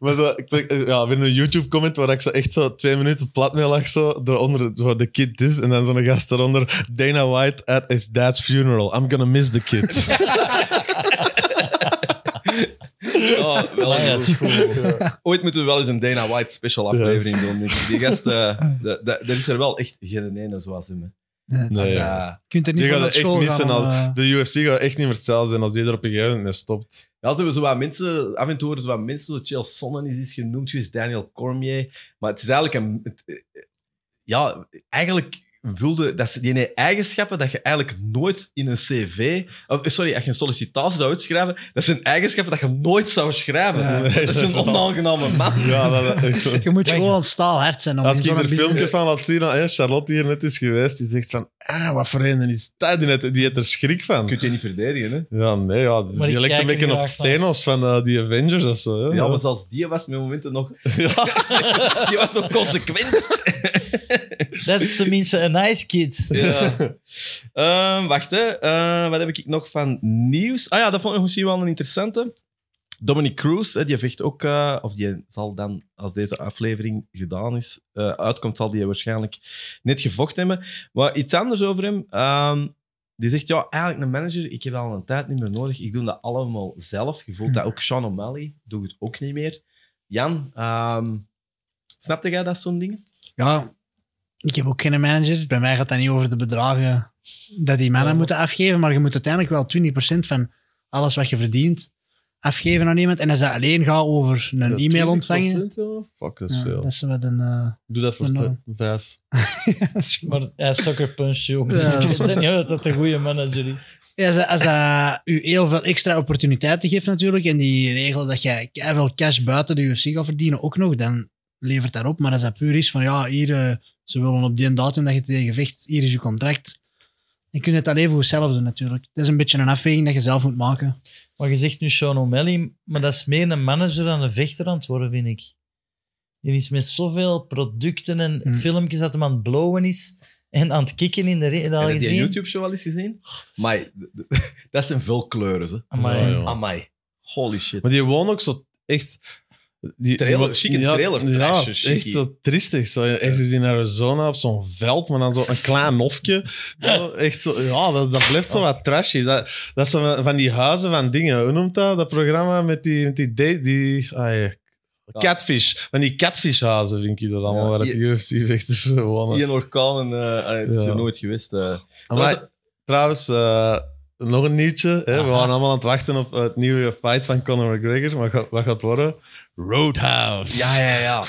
Speaker 5: Maar zo, ik denk, ja, weer een YouTube-comment waar ik zo echt zo twee minuten plat mee lag. Zo, daaronder, zo, the kid this. En dan zo'n gast eronder, Dana White at his dad's funeral. I'm gonna miss the kid.
Speaker 1: Oh, wel
Speaker 3: Ja,
Speaker 1: een
Speaker 3: het is goed.
Speaker 1: Ooit moeten we wel eens een Dana White special
Speaker 5: Ja.
Speaker 1: aflevering doen. denk ik. Die gast, eh, de- de- er is er wel echt geen ene zoals hem. hè. eh,
Speaker 5: Nee, ja.
Speaker 1: Ja.
Speaker 2: Je kunt er niet
Speaker 5: Die
Speaker 2: van
Speaker 5: gaan
Speaker 2: naar
Speaker 5: het echt
Speaker 2: school
Speaker 5: missen.
Speaker 2: gaan.
Speaker 5: Als,
Speaker 2: eh.
Speaker 5: de UFC gaat echt niet meer hetzelfde zijn als die er op een gegeven moment mee stopt.
Speaker 1: Ja, als hebben zo wat mensen, af en toe worden zo wat mensen, zo Chael Sonnen is iets genoemd geweest, Daniel Cormier. Maar het is eigenlijk een... het, eh, ja, eigenlijk wilde dat ze die nee, eigenschappen dat je eigenlijk nooit in een cv... Of, eh, sorry, als je een sollicitatie zou uitschrijven, dat zijn eigenschappen dat je nooit zou schrijven.
Speaker 2: Ja.
Speaker 1: dat is een onaangename man.
Speaker 5: Ja, dat, echt.
Speaker 2: Je moet
Speaker 3: Ja,
Speaker 2: gewoon staalhard zijn om
Speaker 5: Als
Speaker 2: in
Speaker 5: ik
Speaker 2: zo'n
Speaker 5: er
Speaker 2: business-
Speaker 5: filmpjes van laat zien, dan, hè, Charlotte die hier net is geweest, die zegt van, ah, wat voor een is dat? Die heeft- Die heeft er schrik
Speaker 1: Je
Speaker 5: van.
Speaker 1: kunt je niet verdedigen, hè.
Speaker 5: Ja, nee, ja, die
Speaker 3: Maar ik
Speaker 5: lijkt een
Speaker 3: kijk er
Speaker 5: beetje op
Speaker 3: graag van.
Speaker 5: Thanos van eh, die Avengers of zo. Hè?
Speaker 1: Ja, maar zelfs die was met momenten nog...
Speaker 5: Ja.
Speaker 1: Die was nog consequent.
Speaker 3: Dat is tenminste een nice kid.
Speaker 1: Ja. Ehm, wacht, hè. Eh, wat heb ik nog van nieuws? Ah ja, dat vond ik misschien wel een interessante. Dominic Cruz, hè, die vecht ook, eh, of die zal dan, als deze aflevering gedaan is, eh, uitkomt, zal die waarschijnlijk net gevochten hebben. Maar iets anders over hem. ehm, die zegt, ja, eigenlijk een manager, ik heb al een tijd niet meer nodig. Ik doe dat allemaal zelf. Je voelt dat ook. Sean O'Malley doet het ook niet meer. Jan, ehm, snapte jij dat soort dingen?
Speaker 2: Ja, ik heb ook geen manager. Bij mij gaat dat niet over de bedragen dat die mannen moeten afgeven, maar je moet uiteindelijk wel 20% van alles wat je verdient afgeven aan iemand. En als dat alleen gaat over een e-mail ontvangen,
Speaker 5: 20%, ja. Fuck, dat is
Speaker 2: ja,
Speaker 5: veel.
Speaker 2: dat is wat een... eh,
Speaker 5: Doe dat voor
Speaker 2: Ja,
Speaker 5: vijf.
Speaker 2: nou.
Speaker 5: vijf.
Speaker 2: dat is goed.
Speaker 3: Maar hij sucker punch je ook. Dus
Speaker 2: Ja.
Speaker 3: ik weet niet of dat een goede manager is.
Speaker 2: Ja, als, dat- als dat u heel veel extra opportuniteiten geeft natuurlijk, en die regelen dat jij veel cash buiten de UFC gaat verdienen ook nog, dan levert dat op. Maar als dat puur is van, ja, hier, eh, ze willen op die datum dat je tegen vecht, hier is je contract, dan kun je het dan even goed zelf doen natuurlijk. Dat is een beetje een afweging dat je zelf moet maken.
Speaker 3: Maar je zegt nu Sean O'Malley, maar dat is meer een manager dan een vechter aan het worden, vind ik. Die is met zoveel producten en
Speaker 2: Hmm.
Speaker 3: filmpjes dat hem aan het blowen is en aan het kicken in de ring. Dat al
Speaker 1: Heb je die
Speaker 3: gezien?
Speaker 1: YouTube-show al eens gezien?
Speaker 5: Oh,
Speaker 1: Maar dat zijn veel kleuren, ze.
Speaker 3: Amai.
Speaker 5: Ja, ja.
Speaker 1: Amai. Holy shit.
Speaker 5: Maar die woont ook zo echt... Die,
Speaker 1: Trailer-
Speaker 5: die wo-
Speaker 1: chique trailer
Speaker 5: Ja,
Speaker 1: trash,
Speaker 5: echt
Speaker 1: chique.
Speaker 5: zo triestig. Zo. Echt zo in Arizona op zo'n veld, maar dan zo een klein hofje. Zo, echt zo, ja, dat, dat blijft zo wat trashy. Dat, dat is zo van- van die huizen van dingen. Hoe noemt dat? Dat programma met die... Met die, de- die ah, ja. Catfish. Van die catfishhuizen vind ik dat allemaal,
Speaker 1: Ja,
Speaker 5: waar
Speaker 1: je-
Speaker 5: de UFC-vechters dus wonen.
Speaker 1: Ian Orkaan, eh, eh, het is
Speaker 5: Ja.
Speaker 1: er nooit geweest. eh.
Speaker 5: Maar trouwens, eh, nog een nieuwtje. Hè? We
Speaker 3: Aha.
Speaker 5: waren allemaal aan het wachten op het nieuwe fight van Conor McGregor. Maar ga- wat gaat worden? Roadhouse.
Speaker 1: Ja, ja, ja.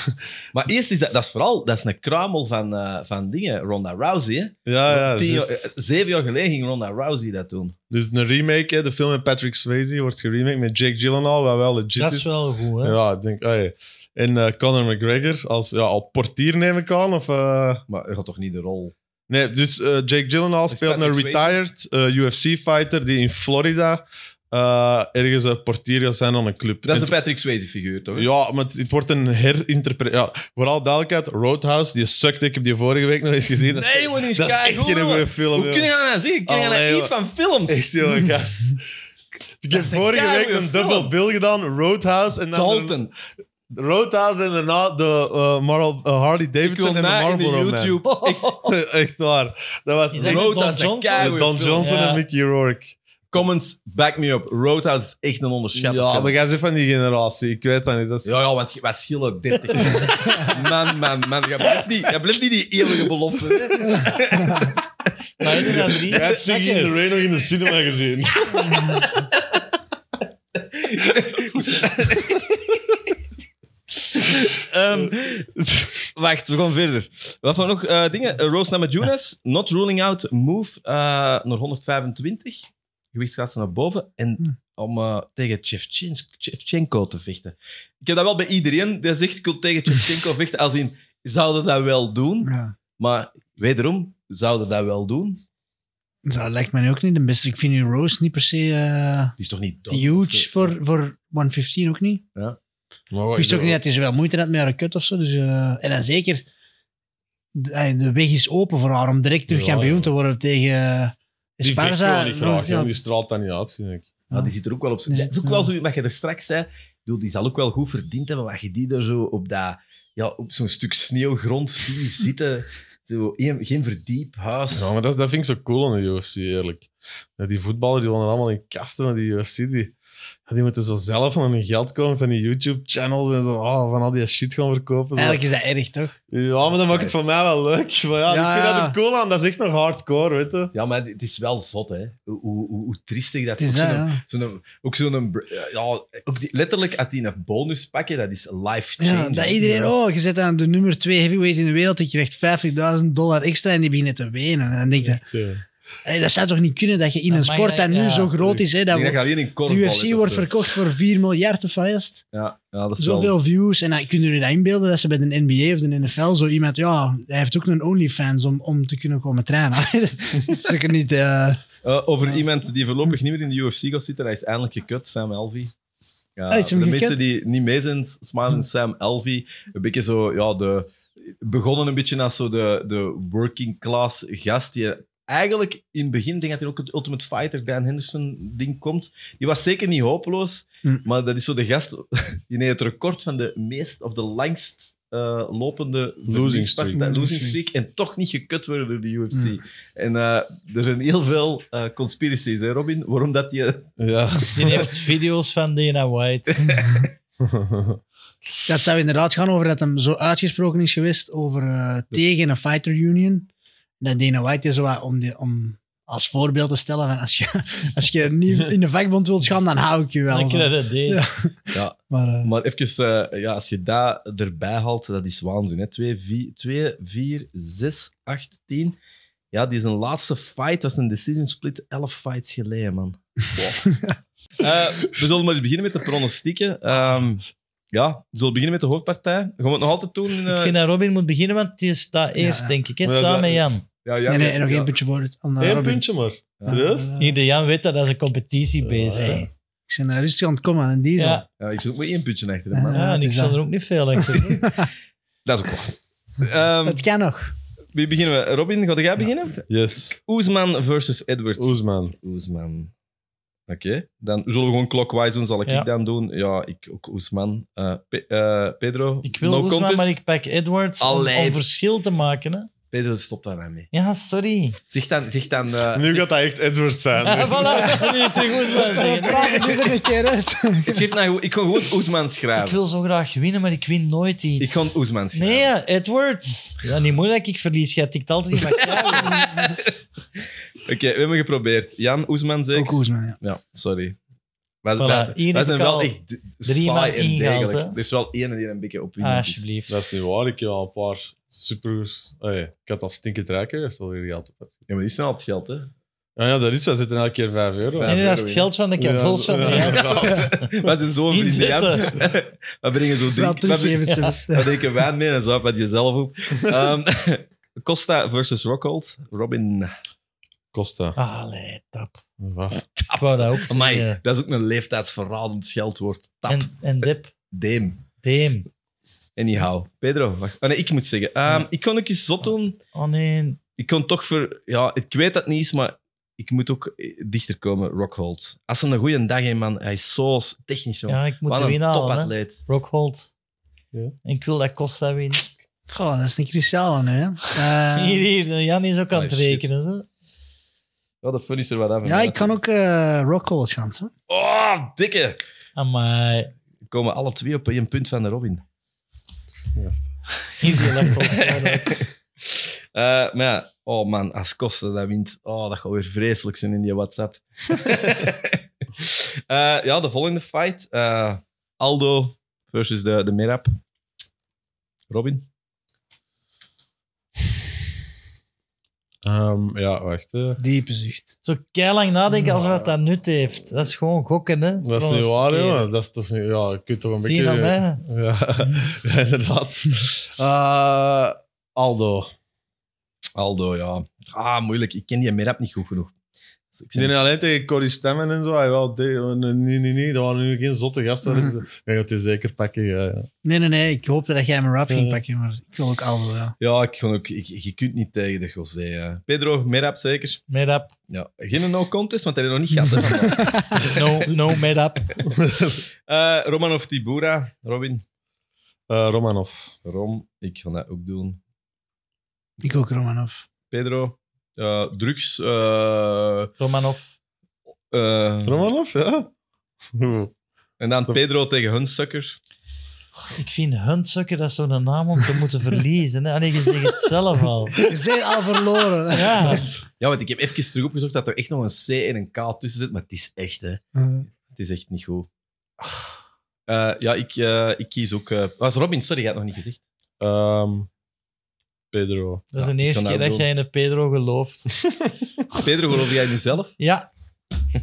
Speaker 1: maar eerst is dat, dat is vooral dat is een kruimel van, eh, van dingen. Ronda Rousey, hè.
Speaker 5: Ah, ja, ja,
Speaker 1: Tien jaar-
Speaker 5: juist.
Speaker 1: eh, zeven jaar geleden ging Ronda Rousey dat doen.
Speaker 5: Dus een remake, hè? de film met Patrick Swayze wordt geremaked met Jake Gyllenhaal, wat wel legit
Speaker 3: Dat
Speaker 5: is.
Speaker 3: is wel goed, hè?
Speaker 5: Ja, ik denk, hey. En eh, Conor McGregor als ja, al portier neem ik aan. Of, eh,
Speaker 1: Maar hij gaat toch niet de rol...
Speaker 5: Nee, dus eh, Jake Gyllenhaal
Speaker 1: Dus
Speaker 5: speelt een
Speaker 1: Patrick
Speaker 5: retired eh, UFC-fighter die in Florida eh, ergens een portier gaat zijn aan een club.
Speaker 1: Dat is
Speaker 5: En
Speaker 1: een Patrick Swayze-figuur, toch?
Speaker 5: Ja, maar het, het wordt een herinterpretatie. Ja, vooral duidelijkheid, Roadhouse, die sukt. Ik heb die vorige week nog eens gezien. Dat is-
Speaker 1: Nee, jongen, die is
Speaker 5: dat is echt
Speaker 1: keigoed,
Speaker 5: geen
Speaker 1: jongen.
Speaker 5: goede film.
Speaker 1: Hoe
Speaker 5: joh.
Speaker 1: kun je dat nou zien? Kun je
Speaker 5: Allee,
Speaker 1: nou
Speaker 5: joh.
Speaker 1: iets van films?
Speaker 5: Echt, jongen, gast. Ik heb
Speaker 1: is een
Speaker 5: vorige week
Speaker 1: keigoeie
Speaker 5: een
Speaker 1: film.
Speaker 5: double bill gedaan, Roadhouse en dan...
Speaker 1: Dalton.
Speaker 5: Roadhouse en daarna de eh, Marl- eh, Harley
Speaker 1: Ik wil
Speaker 5: Davidson en de
Speaker 1: na in
Speaker 5: Marlboro
Speaker 1: de
Speaker 5: Man.
Speaker 1: YouTube. Echt
Speaker 5: Echt waar. Dat was
Speaker 3: Is
Speaker 5: echt
Speaker 3: dat
Speaker 1: Roadhouse,
Speaker 3: Don
Speaker 1: dat
Speaker 3: Johnson?
Speaker 1: keigoeie
Speaker 5: Don
Speaker 1: film.
Speaker 5: Johnson
Speaker 3: Ja.
Speaker 5: en Mickey Rourke.
Speaker 1: comments back me up. Roadhouse is echt een onderschatte
Speaker 5: ja,
Speaker 1: film.
Speaker 5: maar jij zit van die generatie. Ik weet dat niet. Dat is-
Speaker 1: Ja, ja, want wij schillen 30 jaar. Man, man, man. Jij blijft niet, jij blijft niet die eeuwige belofte. hè.
Speaker 3: Maar inderdaad, drie.
Speaker 5: Jij hebt Siggy in the
Speaker 3: Lekker.
Speaker 5: Rain nog in de cinema gezien.
Speaker 1: Ehm, wacht, we gaan verder. Wat van nog eh, dingen? Eh, Rose Namajunas, Not Ruling Out, Move eh, naar 125. Gewichtsklasse naar boven. En
Speaker 2: Hm.
Speaker 1: om eh, tegen Shevchen- Shevchenko te vechten. Ik heb dat wel bij iedereen die zegt, ik wil tegen Shevchenko vechten. Als in, zouden dat wel doen?
Speaker 2: Ja.
Speaker 1: Maar wederom, zouden dat wel doen?
Speaker 2: Dat lijkt mij ook niet de beste. Ik vind die Rose niet per se eh,
Speaker 1: Die is toch niet dood?
Speaker 2: huge voor, voor 115 ook niet.
Speaker 5: Maar
Speaker 2: Ik wist ook niet dat hij zoveel moeite had met haar kut of zo. Dus, eh, en dan zeker, de, eh, de weg is open voor haar om direct terug
Speaker 5: Ja,
Speaker 2: kampioen
Speaker 5: ja.
Speaker 2: te worden tegen eh,
Speaker 5: Die vecht
Speaker 2: Esparza.
Speaker 5: gewoon niet graag.
Speaker 2: Ja,
Speaker 5: jong. Die straalt dat niet uit, vind ik.
Speaker 1: Ja, die zit er ook wel op. Die
Speaker 2: Ja.
Speaker 1: zit ook wel zo, wat je er straks zei. Ik bedoel, die zal ook wel goed verdiend hebben, wat je die daar zo op, dat, ja, op zo'n stuk sneeuwgrond ziet zitten. Zo, één- geen verdiep huis.
Speaker 5: Ja, maar dat, dat vind ik zo cool aan de UFC, eerlijk. Ja, die voetballers die wonen allemaal in kasten van die UFC. Die, ja, die moeten zo zelf van hun geld komen van die YouTube-channels en zo. oh, van al die shit gaan verkopen. zo.
Speaker 2: Eigenlijk is dat erg, toch?
Speaker 5: Ja, maar dat maakt het voor mij wel leuk. Maar ja,
Speaker 2: Ja.
Speaker 5: ik vind dat ook cool aan. Dat is echt nog hardcore, weet je.
Speaker 1: Ja, maar het is wel zot, hè. Hoe, hoe, hoe- hoe triestig dat
Speaker 2: Het is
Speaker 1: ook
Speaker 2: dat,
Speaker 1: zo'n-
Speaker 2: ja.
Speaker 1: zo'n- Ook zo'n... br- Ja, ook die, letterlijk, had die een bonus pakken, dat is life-changing.
Speaker 2: Ja, dat iedereen, oh, je zit aan de nummer 2 heavyweight in de wereld, je krijgt 50.000 dollar extra en die beginnen te wenen. En dan denk je, hey, dat zou toch niet kunnen dat je in
Speaker 3: Dat
Speaker 2: een
Speaker 3: mag
Speaker 2: sport
Speaker 3: je-
Speaker 2: dat nu
Speaker 3: ja.
Speaker 2: zo groot is, hè, dat
Speaker 1: Ik denk dat je alleen in
Speaker 2: de
Speaker 1: korfbal
Speaker 2: UFC
Speaker 1: hebt of
Speaker 2: wordt
Speaker 1: zo.
Speaker 2: verkocht voor 4 miljard of wat is het?
Speaker 1: Ja, ja, dat is wel-
Speaker 2: Zoveel views. En dan kunnen jullie dat inbeelden dat ze bij de NBA of de NFL zo iemand, ja, hij heeft ook een OnlyFans om, om te kunnen komen trainen. dat is zeker niet. eh,
Speaker 1: Eh, over iemand die voorlopig niet meer in de UFC gaat zitten, hij is eindelijk gekut, Sam Alvey. Ja,
Speaker 2: Hij is
Speaker 1: voor
Speaker 2: hem
Speaker 1: de
Speaker 2: gekut?
Speaker 1: mensen die niet mee zijn, smilen Sam Alvey. Een beetje zo, ja, de, begonnen een beetje als zo de, de working class gast die eigenlijk in het begin, denk dat hij ook het Ultimate Fighter, Dan Henderson ding komt. Die was zeker niet hopeloos,
Speaker 2: Hm.
Speaker 1: maar dat is zo de gast die heeft het record van de meest of de langst eh, lopende
Speaker 5: Losing streak.
Speaker 1: verliespartij- losing streak en toch niet gekut worden door de UFC.
Speaker 2: Hm.
Speaker 1: En eh, er zijn heel veel eh, conspiracies, hè, Robin? Waarom dat je.
Speaker 5: Ja.
Speaker 3: Die heeft video's van Dana White.
Speaker 2: dat zou inderdaad gaan over dat hem zo uitgesproken is geweest over eh, tegen een fighter union. Dat Dana White is zo wat om, die, om als voorbeeld te stellen van als je, als je niet in de vakbond wilt gaan, dan hou ik je wel.
Speaker 3: Dan
Speaker 2: zo.
Speaker 3: krijg je deze.
Speaker 1: Ja,
Speaker 2: Maar, eh,
Speaker 1: maar even, eh, ja, als je dat erbij haalt, dat is waanzin. Hè? 2, 4, 6, 8, 10. Ja, die zijn laatste fight was een decision split 11 fights geleden, man. Wow. Eh, we zullen maar eens beginnen met de pronostieken. Ehm, ja, we zullen beginnen met de hoofdpartij. Gaan we het nog altijd doen? in, eh,
Speaker 3: Ik vind dat Robin moet beginnen, want die staat eerst,
Speaker 2: ja.
Speaker 3: denk ik. hè,
Speaker 5: Maar dat-
Speaker 3: Samen met Jan.
Speaker 1: ja, ja,
Speaker 2: nee, nee,
Speaker 1: ja,
Speaker 2: nog
Speaker 1: ja.
Speaker 2: één puntje voor het. aan, eh,
Speaker 5: Eén
Speaker 2: Robin.
Speaker 5: puntje maar. Serieus?
Speaker 2: Ja,
Speaker 3: Hier, de Jan weet dat, dat is een competitie bezig.
Speaker 5: Ja.
Speaker 3: hè.
Speaker 2: Ik ben eh, rustig aan het komen aan een diesel.
Speaker 3: Ja,
Speaker 1: Ja, ik zit ook maar één puntje achter, hè, man.
Speaker 2: Ja,
Speaker 3: ja, en
Speaker 2: het
Speaker 3: ik
Speaker 2: is
Speaker 3: zal
Speaker 2: dat.
Speaker 3: er ook niet veel aan kunnen.
Speaker 1: Dat is ook waar. Ehm,
Speaker 2: Het kan nog.
Speaker 1: wie beginnen we? Robin, ga jij beginnen?
Speaker 5: Yes.
Speaker 1: Oesman versus Edwards.
Speaker 5: Oesman.
Speaker 1: Oesman. Oké, dan zullen we gewoon clockwise doen. Zal ik,
Speaker 3: Ja.
Speaker 1: ik dan doen? Ja, ik ook Oesman. Eh, Pe- eh, Pedro.
Speaker 3: Ik wil
Speaker 1: no
Speaker 3: Oesman,
Speaker 1: contest.
Speaker 3: maar ik pak Edwards om-
Speaker 1: Allee.
Speaker 3: om, verschil te maken. Hè.
Speaker 1: Pedro, stop daar dan mee.
Speaker 3: Ja, sorry.
Speaker 1: Zeg dan... Zeg dan eh,
Speaker 5: Nu
Speaker 1: zeg-
Speaker 5: gaat dat echt Edward zijn.
Speaker 3: Ah, voilà, nu je terug Oesman zeggen.
Speaker 2: Praat er nu een keer uit.
Speaker 1: het geeft nou gewoon- ik kan gewoon Oesman
Speaker 3: Ik
Speaker 1: schrijven.
Speaker 3: wil zo graag winnen, maar ik win nooit
Speaker 1: Ik
Speaker 3: iets.
Speaker 1: kan Oesman schrijven.
Speaker 3: Nee, ja, Edwards. Ja, niet moeilijk, ik verlies. Jij tikt altijd in mijn kruis.
Speaker 1: Oké, we hebben geprobeerd. Jan, Oesman zeker?
Speaker 2: Ook Oesman, ja.
Speaker 1: Ja, sorry. Wij,
Speaker 3: Voilà,
Speaker 1: wij-
Speaker 3: hier
Speaker 1: wij
Speaker 3: heb
Speaker 1: zijn
Speaker 3: ik
Speaker 1: wel
Speaker 3: al
Speaker 1: echt d-
Speaker 3: drie
Speaker 1: saai
Speaker 3: man
Speaker 1: en
Speaker 3: ingehaald,
Speaker 1: degelijk.
Speaker 3: hè.
Speaker 1: Er is wel één die een beetje op
Speaker 3: Ah,
Speaker 1: winnen is.
Speaker 3: alsjeblieft.
Speaker 5: Dat is niet waar. Ik heb al een paar supers... Oh, ja. Ik had al stinkend rijk geweest al hier geld op.
Speaker 1: Ja, maar die is nou al het geld, hè.
Speaker 5: Ja, ja, dat is. Wij zitten elke keer 5 euro.
Speaker 1: Ja.
Speaker 3: En dat is het geld van de cadeaus van de Jan.
Speaker 1: Wij zijn zo'n vrienden, Jan. We brengen zo drie...
Speaker 2: Wel
Speaker 1: we brengen-
Speaker 2: toegeven, zelfs.
Speaker 1: Dan denken wij mee en zo wat je zelf op. Ehm, Costa versus Rockhold. Robin.
Speaker 5: Costa.
Speaker 3: Allee, tap.
Speaker 5: Wat?
Speaker 3: Ik wou dat ook
Speaker 1: Amai,
Speaker 3: zeggen.
Speaker 1: dat is ook een leeftijdsverradend scheldwoord. Tap,
Speaker 3: En, en Dip,
Speaker 1: deem.
Speaker 3: Deem.
Speaker 1: Anyhow. Pedro, wacht. Oh, nee, ik moet zeggen. Ehm, ik kon ook eens zot doen.
Speaker 3: Oh nee.
Speaker 1: Ik kon toch voor... Ja, ik weet dat niet eens, maar ik moet ook eh, dichter komen, Rockhold. Als hem een goede dag heeft, man. Hij is zo technisch, man.
Speaker 3: Ja, ik moet
Speaker 1: Wat
Speaker 3: er
Speaker 1: een
Speaker 3: winnen halen. hè.
Speaker 1: topatleet.
Speaker 3: Rockhold.
Speaker 5: Ja.
Speaker 3: Ik wil dat Costa wint.
Speaker 2: Goh, dat is niet cruciaal, hè. Eh,
Speaker 3: Hier, hier, Jan is ook aan het
Speaker 1: Oh, shit.
Speaker 3: rekenen. Zo.
Speaker 1: Ja, de fun is er wat af.
Speaker 2: Ja, ik kan ook eh Rock College gaan. hè.
Speaker 1: Oh, dikke!
Speaker 3: Amai.
Speaker 1: We komen alle twee op één punt van de Robin.
Speaker 3: Hier die legt ons gewoon uit.
Speaker 1: Eh, maar ja, oh man, als Kosten dat wint, oh, dat gaat weer vreselijk zijn in die WhatsApp. Eh, ja, de volgende fight. eh, Aldo versus de, de Merab. Robin?
Speaker 5: Ehm, ja, wacht. hè.
Speaker 2: Diepe zucht.
Speaker 3: Zo keilang nadenken als wat dat nut heeft. Dat is gewoon gokken, hè.
Speaker 5: Dat is niet waar, jongen. Dat is toch niet... Ja, je kunt toch een
Speaker 3: Zie je
Speaker 5: beetje...
Speaker 3: dan, hè?
Speaker 5: Ja, ja, inderdaad. Eh, Aldo.
Speaker 1: Aldo, ja. Ah, moeilijk. Ik ken die Merab niet goed genoeg. Dus ik
Speaker 5: Die
Speaker 1: zeg-
Speaker 5: niet alleen tegen Corrie Stemmen en zo. Hij wel, de- nee, nee, nee. Dat waren nu geen zotte gasten.
Speaker 2: Mhm.
Speaker 5: Hij gaat die zeker pakken. Ja, ja.
Speaker 2: Nee, nee, nee. Ik hoopte dat jij mijn rap ging
Speaker 5: Ja.
Speaker 2: pakken, maar ik wil ook Aldo, ja.
Speaker 1: Ja, ik kon ook, ik, je kunt niet tegen de José. eh. Pedro, Merab zeker.
Speaker 3: Made-up.
Speaker 1: Ja, geen no-contest, want hij heeft nog niet gehad. hè, vandaag.
Speaker 3: No, no made-up.
Speaker 1: Eh, Romanov Tibura, Robin.
Speaker 5: Eh, Romanov.
Speaker 1: Rom, ik ga dat ook doen.
Speaker 2: Ik ook Romanov.
Speaker 1: Pedro, eh, drugs. eh,
Speaker 3: Romanov.
Speaker 5: Hmm.
Speaker 1: eh,
Speaker 5: Romanov, ja.
Speaker 1: En dan Pedro tegen Hunsucker.
Speaker 3: Ik vind Huntsucker, dat is zo'n naam om te moeten verliezen. Hè? Allee, je zegt het zelf al.
Speaker 2: Je zijn al verloren. hè.
Speaker 3: Ja.
Speaker 1: Ja, want ik heb even terug opgezocht dat er echt nog een C en een K tussen zit, maar het is echt, hè.
Speaker 2: Eh,
Speaker 1: Het is echt niet goed. Eh, ja, ik, eh, ik kies ook... eh, was Robin, sorry, je had het nog niet gezegd.
Speaker 5: Ehm, Pedro.
Speaker 3: Dat is
Speaker 1: Ja,
Speaker 3: de eerste
Speaker 1: ik kan
Speaker 3: keer
Speaker 1: dat doen.
Speaker 3: dat jij in de Pedro gelooft.
Speaker 1: Pedro, geloof jij nu zelf?
Speaker 3: Ja.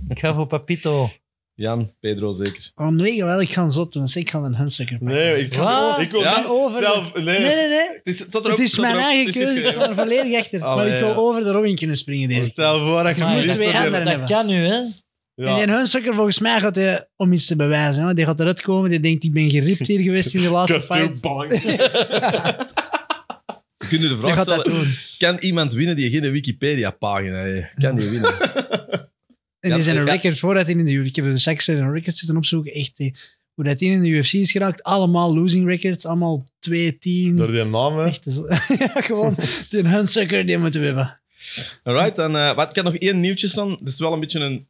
Speaker 3: Ik ga voor Papito.
Speaker 1: Jan, Pedro zeker.
Speaker 2: Oh nee, wel, ik ga zot doen. Dus ik ga een hunsucker pakken.
Speaker 5: Nee, ik,
Speaker 3: Wat?
Speaker 5: ik wil
Speaker 1: Ja?
Speaker 5: niet
Speaker 2: over.
Speaker 5: zelf... Nee,
Speaker 2: Nee, nee, nee.
Speaker 1: Het is,
Speaker 2: Het is mijn eigen keuze. Ik sta er volledig achter.
Speaker 1: Oh,
Speaker 2: maar ik wil
Speaker 1: ja.
Speaker 2: over de Robin kunnen springen deze keer.
Speaker 5: Stel voor dat je
Speaker 3: Maar
Speaker 5: verliest,
Speaker 3: dat-
Speaker 2: twee
Speaker 5: dan-
Speaker 2: handen.
Speaker 3: Dat kan nu, hè?
Speaker 5: Ja.
Speaker 2: En die hunsucker, volgens mij gaat hij om iets te bewijzen. Hè? Die gaat eruit komen. Die denkt, ik ben geript hier geweest in de laatste
Speaker 5: Cut to
Speaker 2: fight.
Speaker 5: bang.
Speaker 1: Kun je de
Speaker 2: Die
Speaker 1: vraag
Speaker 2: gaat dat
Speaker 1: stellen,
Speaker 2: doen.
Speaker 1: kan iemand winnen die geen Wikipedia-pagina heeft? Kan die winnen?
Speaker 2: En
Speaker 1: Ja,
Speaker 2: die zijn een
Speaker 1: ja.
Speaker 2: record voordat hij in de UFC... Ik heb de seks en een record zitten opzoeken. Echt, eh, hoe dat hij in de UFC is geraakt. Allemaal losing records. Allemaal 2-10.
Speaker 5: Door die naam, hè.
Speaker 2: Echt, dat is- ja, gewoon. Die hunsucker, die moeten we hebben.
Speaker 1: Alright, dan... eh, wat, ik had nog één nieuwtje staan. Het is wel een beetje een...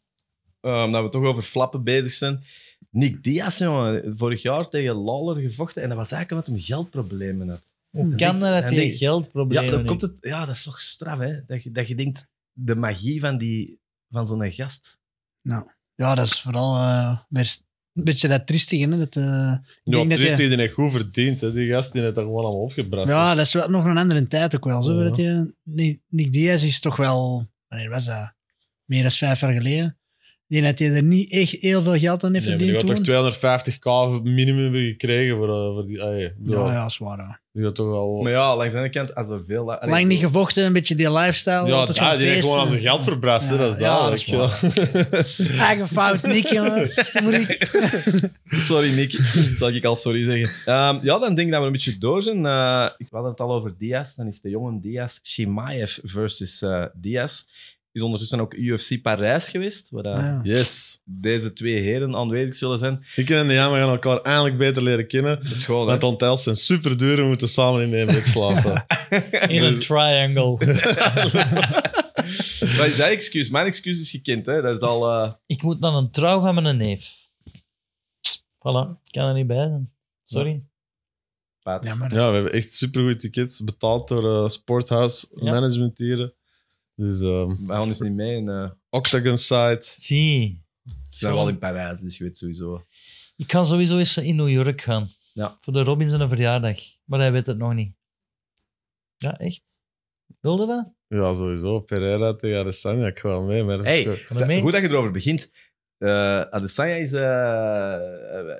Speaker 1: eh, Omdat we toch over flappen bezig zijn. Nick Diaz, jongen, vorig jaar tegen Lawler gevochten. En dat was eigenlijk omdat hij geldproblemen had.
Speaker 3: Hoe kan dat dat
Speaker 1: en
Speaker 3: die
Speaker 1: die-
Speaker 3: geldproblemen
Speaker 1: Ja, dan
Speaker 3: heeft?
Speaker 1: komt het, ja, dat is toch straf, hè? Dat je, dat je denkt, de magie van, die, van zo'n gast.
Speaker 2: Ja, dat is vooral eh, weer een beetje dat triestige. Hè? Dat, eh, ik
Speaker 5: Ja,
Speaker 2: denk dat
Speaker 5: Tristan
Speaker 2: hij-
Speaker 5: die heeft goed verdiend. Hè. Die gast die heeft daar gewoon allemaal opgebracht. Dus-
Speaker 2: ja, dat is wel nog een andere tijd ook wel. Zo,
Speaker 5: Ja.
Speaker 2: dat je, Nick, Nick Diaz is toch wel... Wanneer was dat? Meer dan vijf jaar geleden. Ik denk dat hij er niet echt heel veel geld aan heeft
Speaker 5: nee, maar die
Speaker 2: verdiend
Speaker 5: had
Speaker 2: toen.
Speaker 5: toch 250k minimum hebben gekregen voor, eh, voor die... ah, ja,
Speaker 2: Ja,
Speaker 5: ja.
Speaker 2: ja, zwaar. hè.
Speaker 5: Die had toch wel...
Speaker 1: Maar ja, langs de andere kant, als er veel...
Speaker 2: Oh. Lang niet gevochten, een beetje die lifestyle.
Speaker 5: ja,
Speaker 2: altijd
Speaker 5: ja
Speaker 2: zo'n eh,
Speaker 5: die heeft gewoon aan
Speaker 2: feesten.
Speaker 5: zijn geld verbrast. hè.
Speaker 2: Ja,
Speaker 5: dat is
Speaker 2: ja,
Speaker 5: duidelijk.
Speaker 2: dat is Eigen fout, Nick, jongen. Moet ik-
Speaker 1: Sorry, Nick. Zal ik al sorry zeggen. Ehm, ja, dan denk ik dat we een beetje door zijn. Eh, ik had het al over Diaz. Dan is de jongen Diaz Shimaev versus eh, Diaz. Is ondertussen ook UFC Parijs geweest. Waar eh,
Speaker 2: Ja.
Speaker 5: yes.
Speaker 1: deze twee heren aanwezig zullen zijn.
Speaker 5: Ik en de Jammer gaan elkaar eindelijk beter leren kennen.
Speaker 1: Dat is gewoon...
Speaker 5: Want hotels zijn super duur. We moeten samen in één bed slapen.
Speaker 3: In een triangle.
Speaker 1: Wat is dat excuus? Mijn excuus is gekend. Hè? Dat is al... eh,
Speaker 3: Ik moet naar een trouw gaan met een neef. Voilà, ik kan er niet bij zijn. Sorry.
Speaker 1: Paat.
Speaker 2: Ja, maar
Speaker 5: ja, we hebben echt supergoede tickets. Betaald door eh, Sporthouse
Speaker 3: Ja.
Speaker 5: Management hier. Dus ehm,
Speaker 1: Wij gaan dus niet mee. En, eh,
Speaker 5: Octagon Site.
Speaker 3: Zie.
Speaker 1: ze zijn wel in Parijs, dus je weet sowieso.
Speaker 3: Ik kan sowieso eens in New York gaan.
Speaker 1: Ja.
Speaker 3: Voor de Robin zijn verjaardag. Maar hij weet het nog niet. Ja, echt? Wilde dat?
Speaker 5: Ja, sowieso. Pereira tegen Adesanya. Ik ga wel mee. Maar dat is
Speaker 1: Hey,
Speaker 5: goed.
Speaker 3: Kan dat mee?
Speaker 1: Goed dat je erover begint. Eh Adesanya is... eh, eh,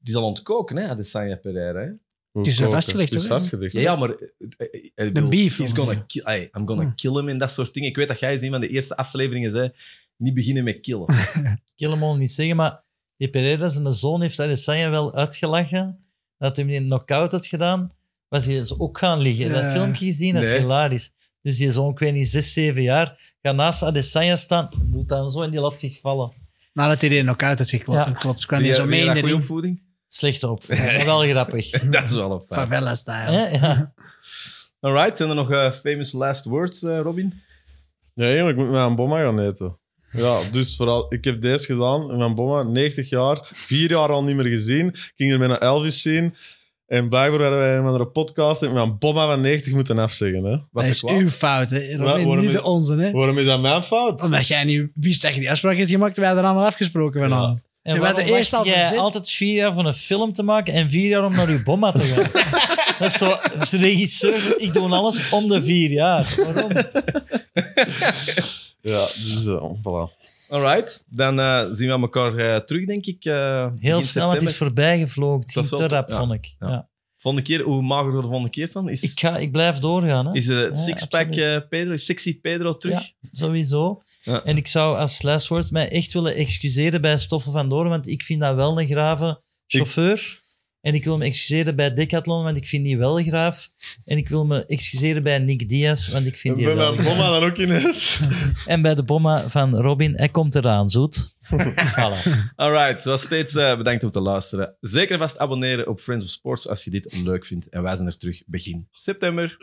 Speaker 1: die zal ontkoken, hè, Adesanya Pereira. Hè?
Speaker 5: Hoe
Speaker 2: Het is
Speaker 5: koken?
Speaker 2: vastgelegd,
Speaker 5: Het is
Speaker 2: hoor, hè?
Speaker 5: vastgelegd.
Speaker 1: Ja, ja, maar... eh, eh, eh, ik bedoel,
Speaker 2: beef,
Speaker 1: He's
Speaker 2: jongens,
Speaker 1: gonna
Speaker 2: ja.
Speaker 1: kill, ey, I'm gonna
Speaker 2: Ja.
Speaker 1: kill him en dat soort dingen. Ik weet dat jij eens een van de eerste afleveringen zei, niet beginnen met killen.
Speaker 3: Ik wil hem al niet zeggen, maar die Pereira, zijn zoon, heeft Adesanya wel uitgelachen. Dat hij hem een knock-out had gedaan. Want hij is ook gaan liggen.
Speaker 2: Ja.
Speaker 3: Dat filmpje gezien, dat is
Speaker 1: Nee.
Speaker 3: hilarisch. Dus die zoon, ik weet niet, zes, zeven jaar, gaat naast Adesanya staan, doet dan zo en die laat zich vallen.
Speaker 2: nadat hij er nog uit had geklopt,
Speaker 3: Ja.
Speaker 2: klopt. kwam hij zo
Speaker 5: eh,
Speaker 2: mee in de
Speaker 1: goede
Speaker 2: ring.
Speaker 1: opvoeding?
Speaker 3: Slechte opvoeding, maar wel grappig.
Speaker 1: dat is wel een fijn.
Speaker 2: Favela-style.
Speaker 3: Hè? Ja.
Speaker 1: Alright, zijn er nog eh, famous last words, eh, Robin?
Speaker 5: Ja, eigenlijk moet ik met een bomma gaan eten. Ja, dus vooral, ik heb deze gedaan, mijn bomma, 90 jaar, vier jaar al niet meer gezien. Ik ging er met een Elvis zien. En blijkbaar werden wij met een podcast en mijn bomma van 90 moeten afzeggen. Hè.
Speaker 1: Was
Speaker 2: dat
Speaker 1: ik
Speaker 2: is
Speaker 1: kwaad?
Speaker 2: uw fout, hè? Robin,
Speaker 5: waarom
Speaker 2: niet
Speaker 5: is-
Speaker 2: de onze, hè?
Speaker 5: Waarom is dat mijn fout?
Speaker 2: Omdat jij nu wist dat je die afspraak hebt gemaakt, wij hadden allemaal afgesproken vanavond. Ja,
Speaker 3: En ja,
Speaker 2: maar de
Speaker 3: waarom
Speaker 2: eerste
Speaker 3: wacht
Speaker 2: had
Speaker 3: jij
Speaker 2: bezit.
Speaker 3: altijd vier jaar van een film te maken en vier jaar om naar uw bomma te gaan? dat is zo, als regisseur, ik doe alles om de vier jaar. Waarom?
Speaker 5: Ja, dus eh, voilà.
Speaker 1: Alright, dan eh, zien we elkaar eh, terug, denk ik. eh,
Speaker 3: Heel
Speaker 1: begin
Speaker 3: snel, want het is
Speaker 1: september.
Speaker 3: voorbijgevlogen. Het
Speaker 1: Dat
Speaker 3: ging
Speaker 1: is
Speaker 3: te
Speaker 1: wel-
Speaker 3: rap,
Speaker 1: ja,
Speaker 3: vond ik.
Speaker 1: ja.
Speaker 3: Ja.
Speaker 1: Volgende keer, hoe mager we de volgende keer staan? Is,
Speaker 3: Ik, ga, ik blijf doorgaan, hè?
Speaker 1: is eh, het
Speaker 3: Ja,
Speaker 1: sixpack
Speaker 3: absoluut.
Speaker 1: eh, Pedro, is sexy Pedro terug?
Speaker 3: sowieso.
Speaker 1: Ja.
Speaker 3: En ik zou als slashwoord mij echt willen excuseren bij Stoffel van Doorn, want ik vind dat wel een grave chauffeur. En ik wil me excuseren bij Decathlon, want ik vind die wel graaf. En ik wil me excuseren bij Nick Diaz, want ik vind die
Speaker 5: ben
Speaker 3: wel
Speaker 5: mijn
Speaker 3: graaf.
Speaker 5: bomma dan ook ineens?
Speaker 3: En bij de bomma van Robin, hij komt eraan, zoet. voilà.
Speaker 1: Alright, zoals steeds eh, bedankt om te luisteren. Zeker vast abonneren op Friends of Sports als je dit leuk vindt. En wij zijn er terug begin september.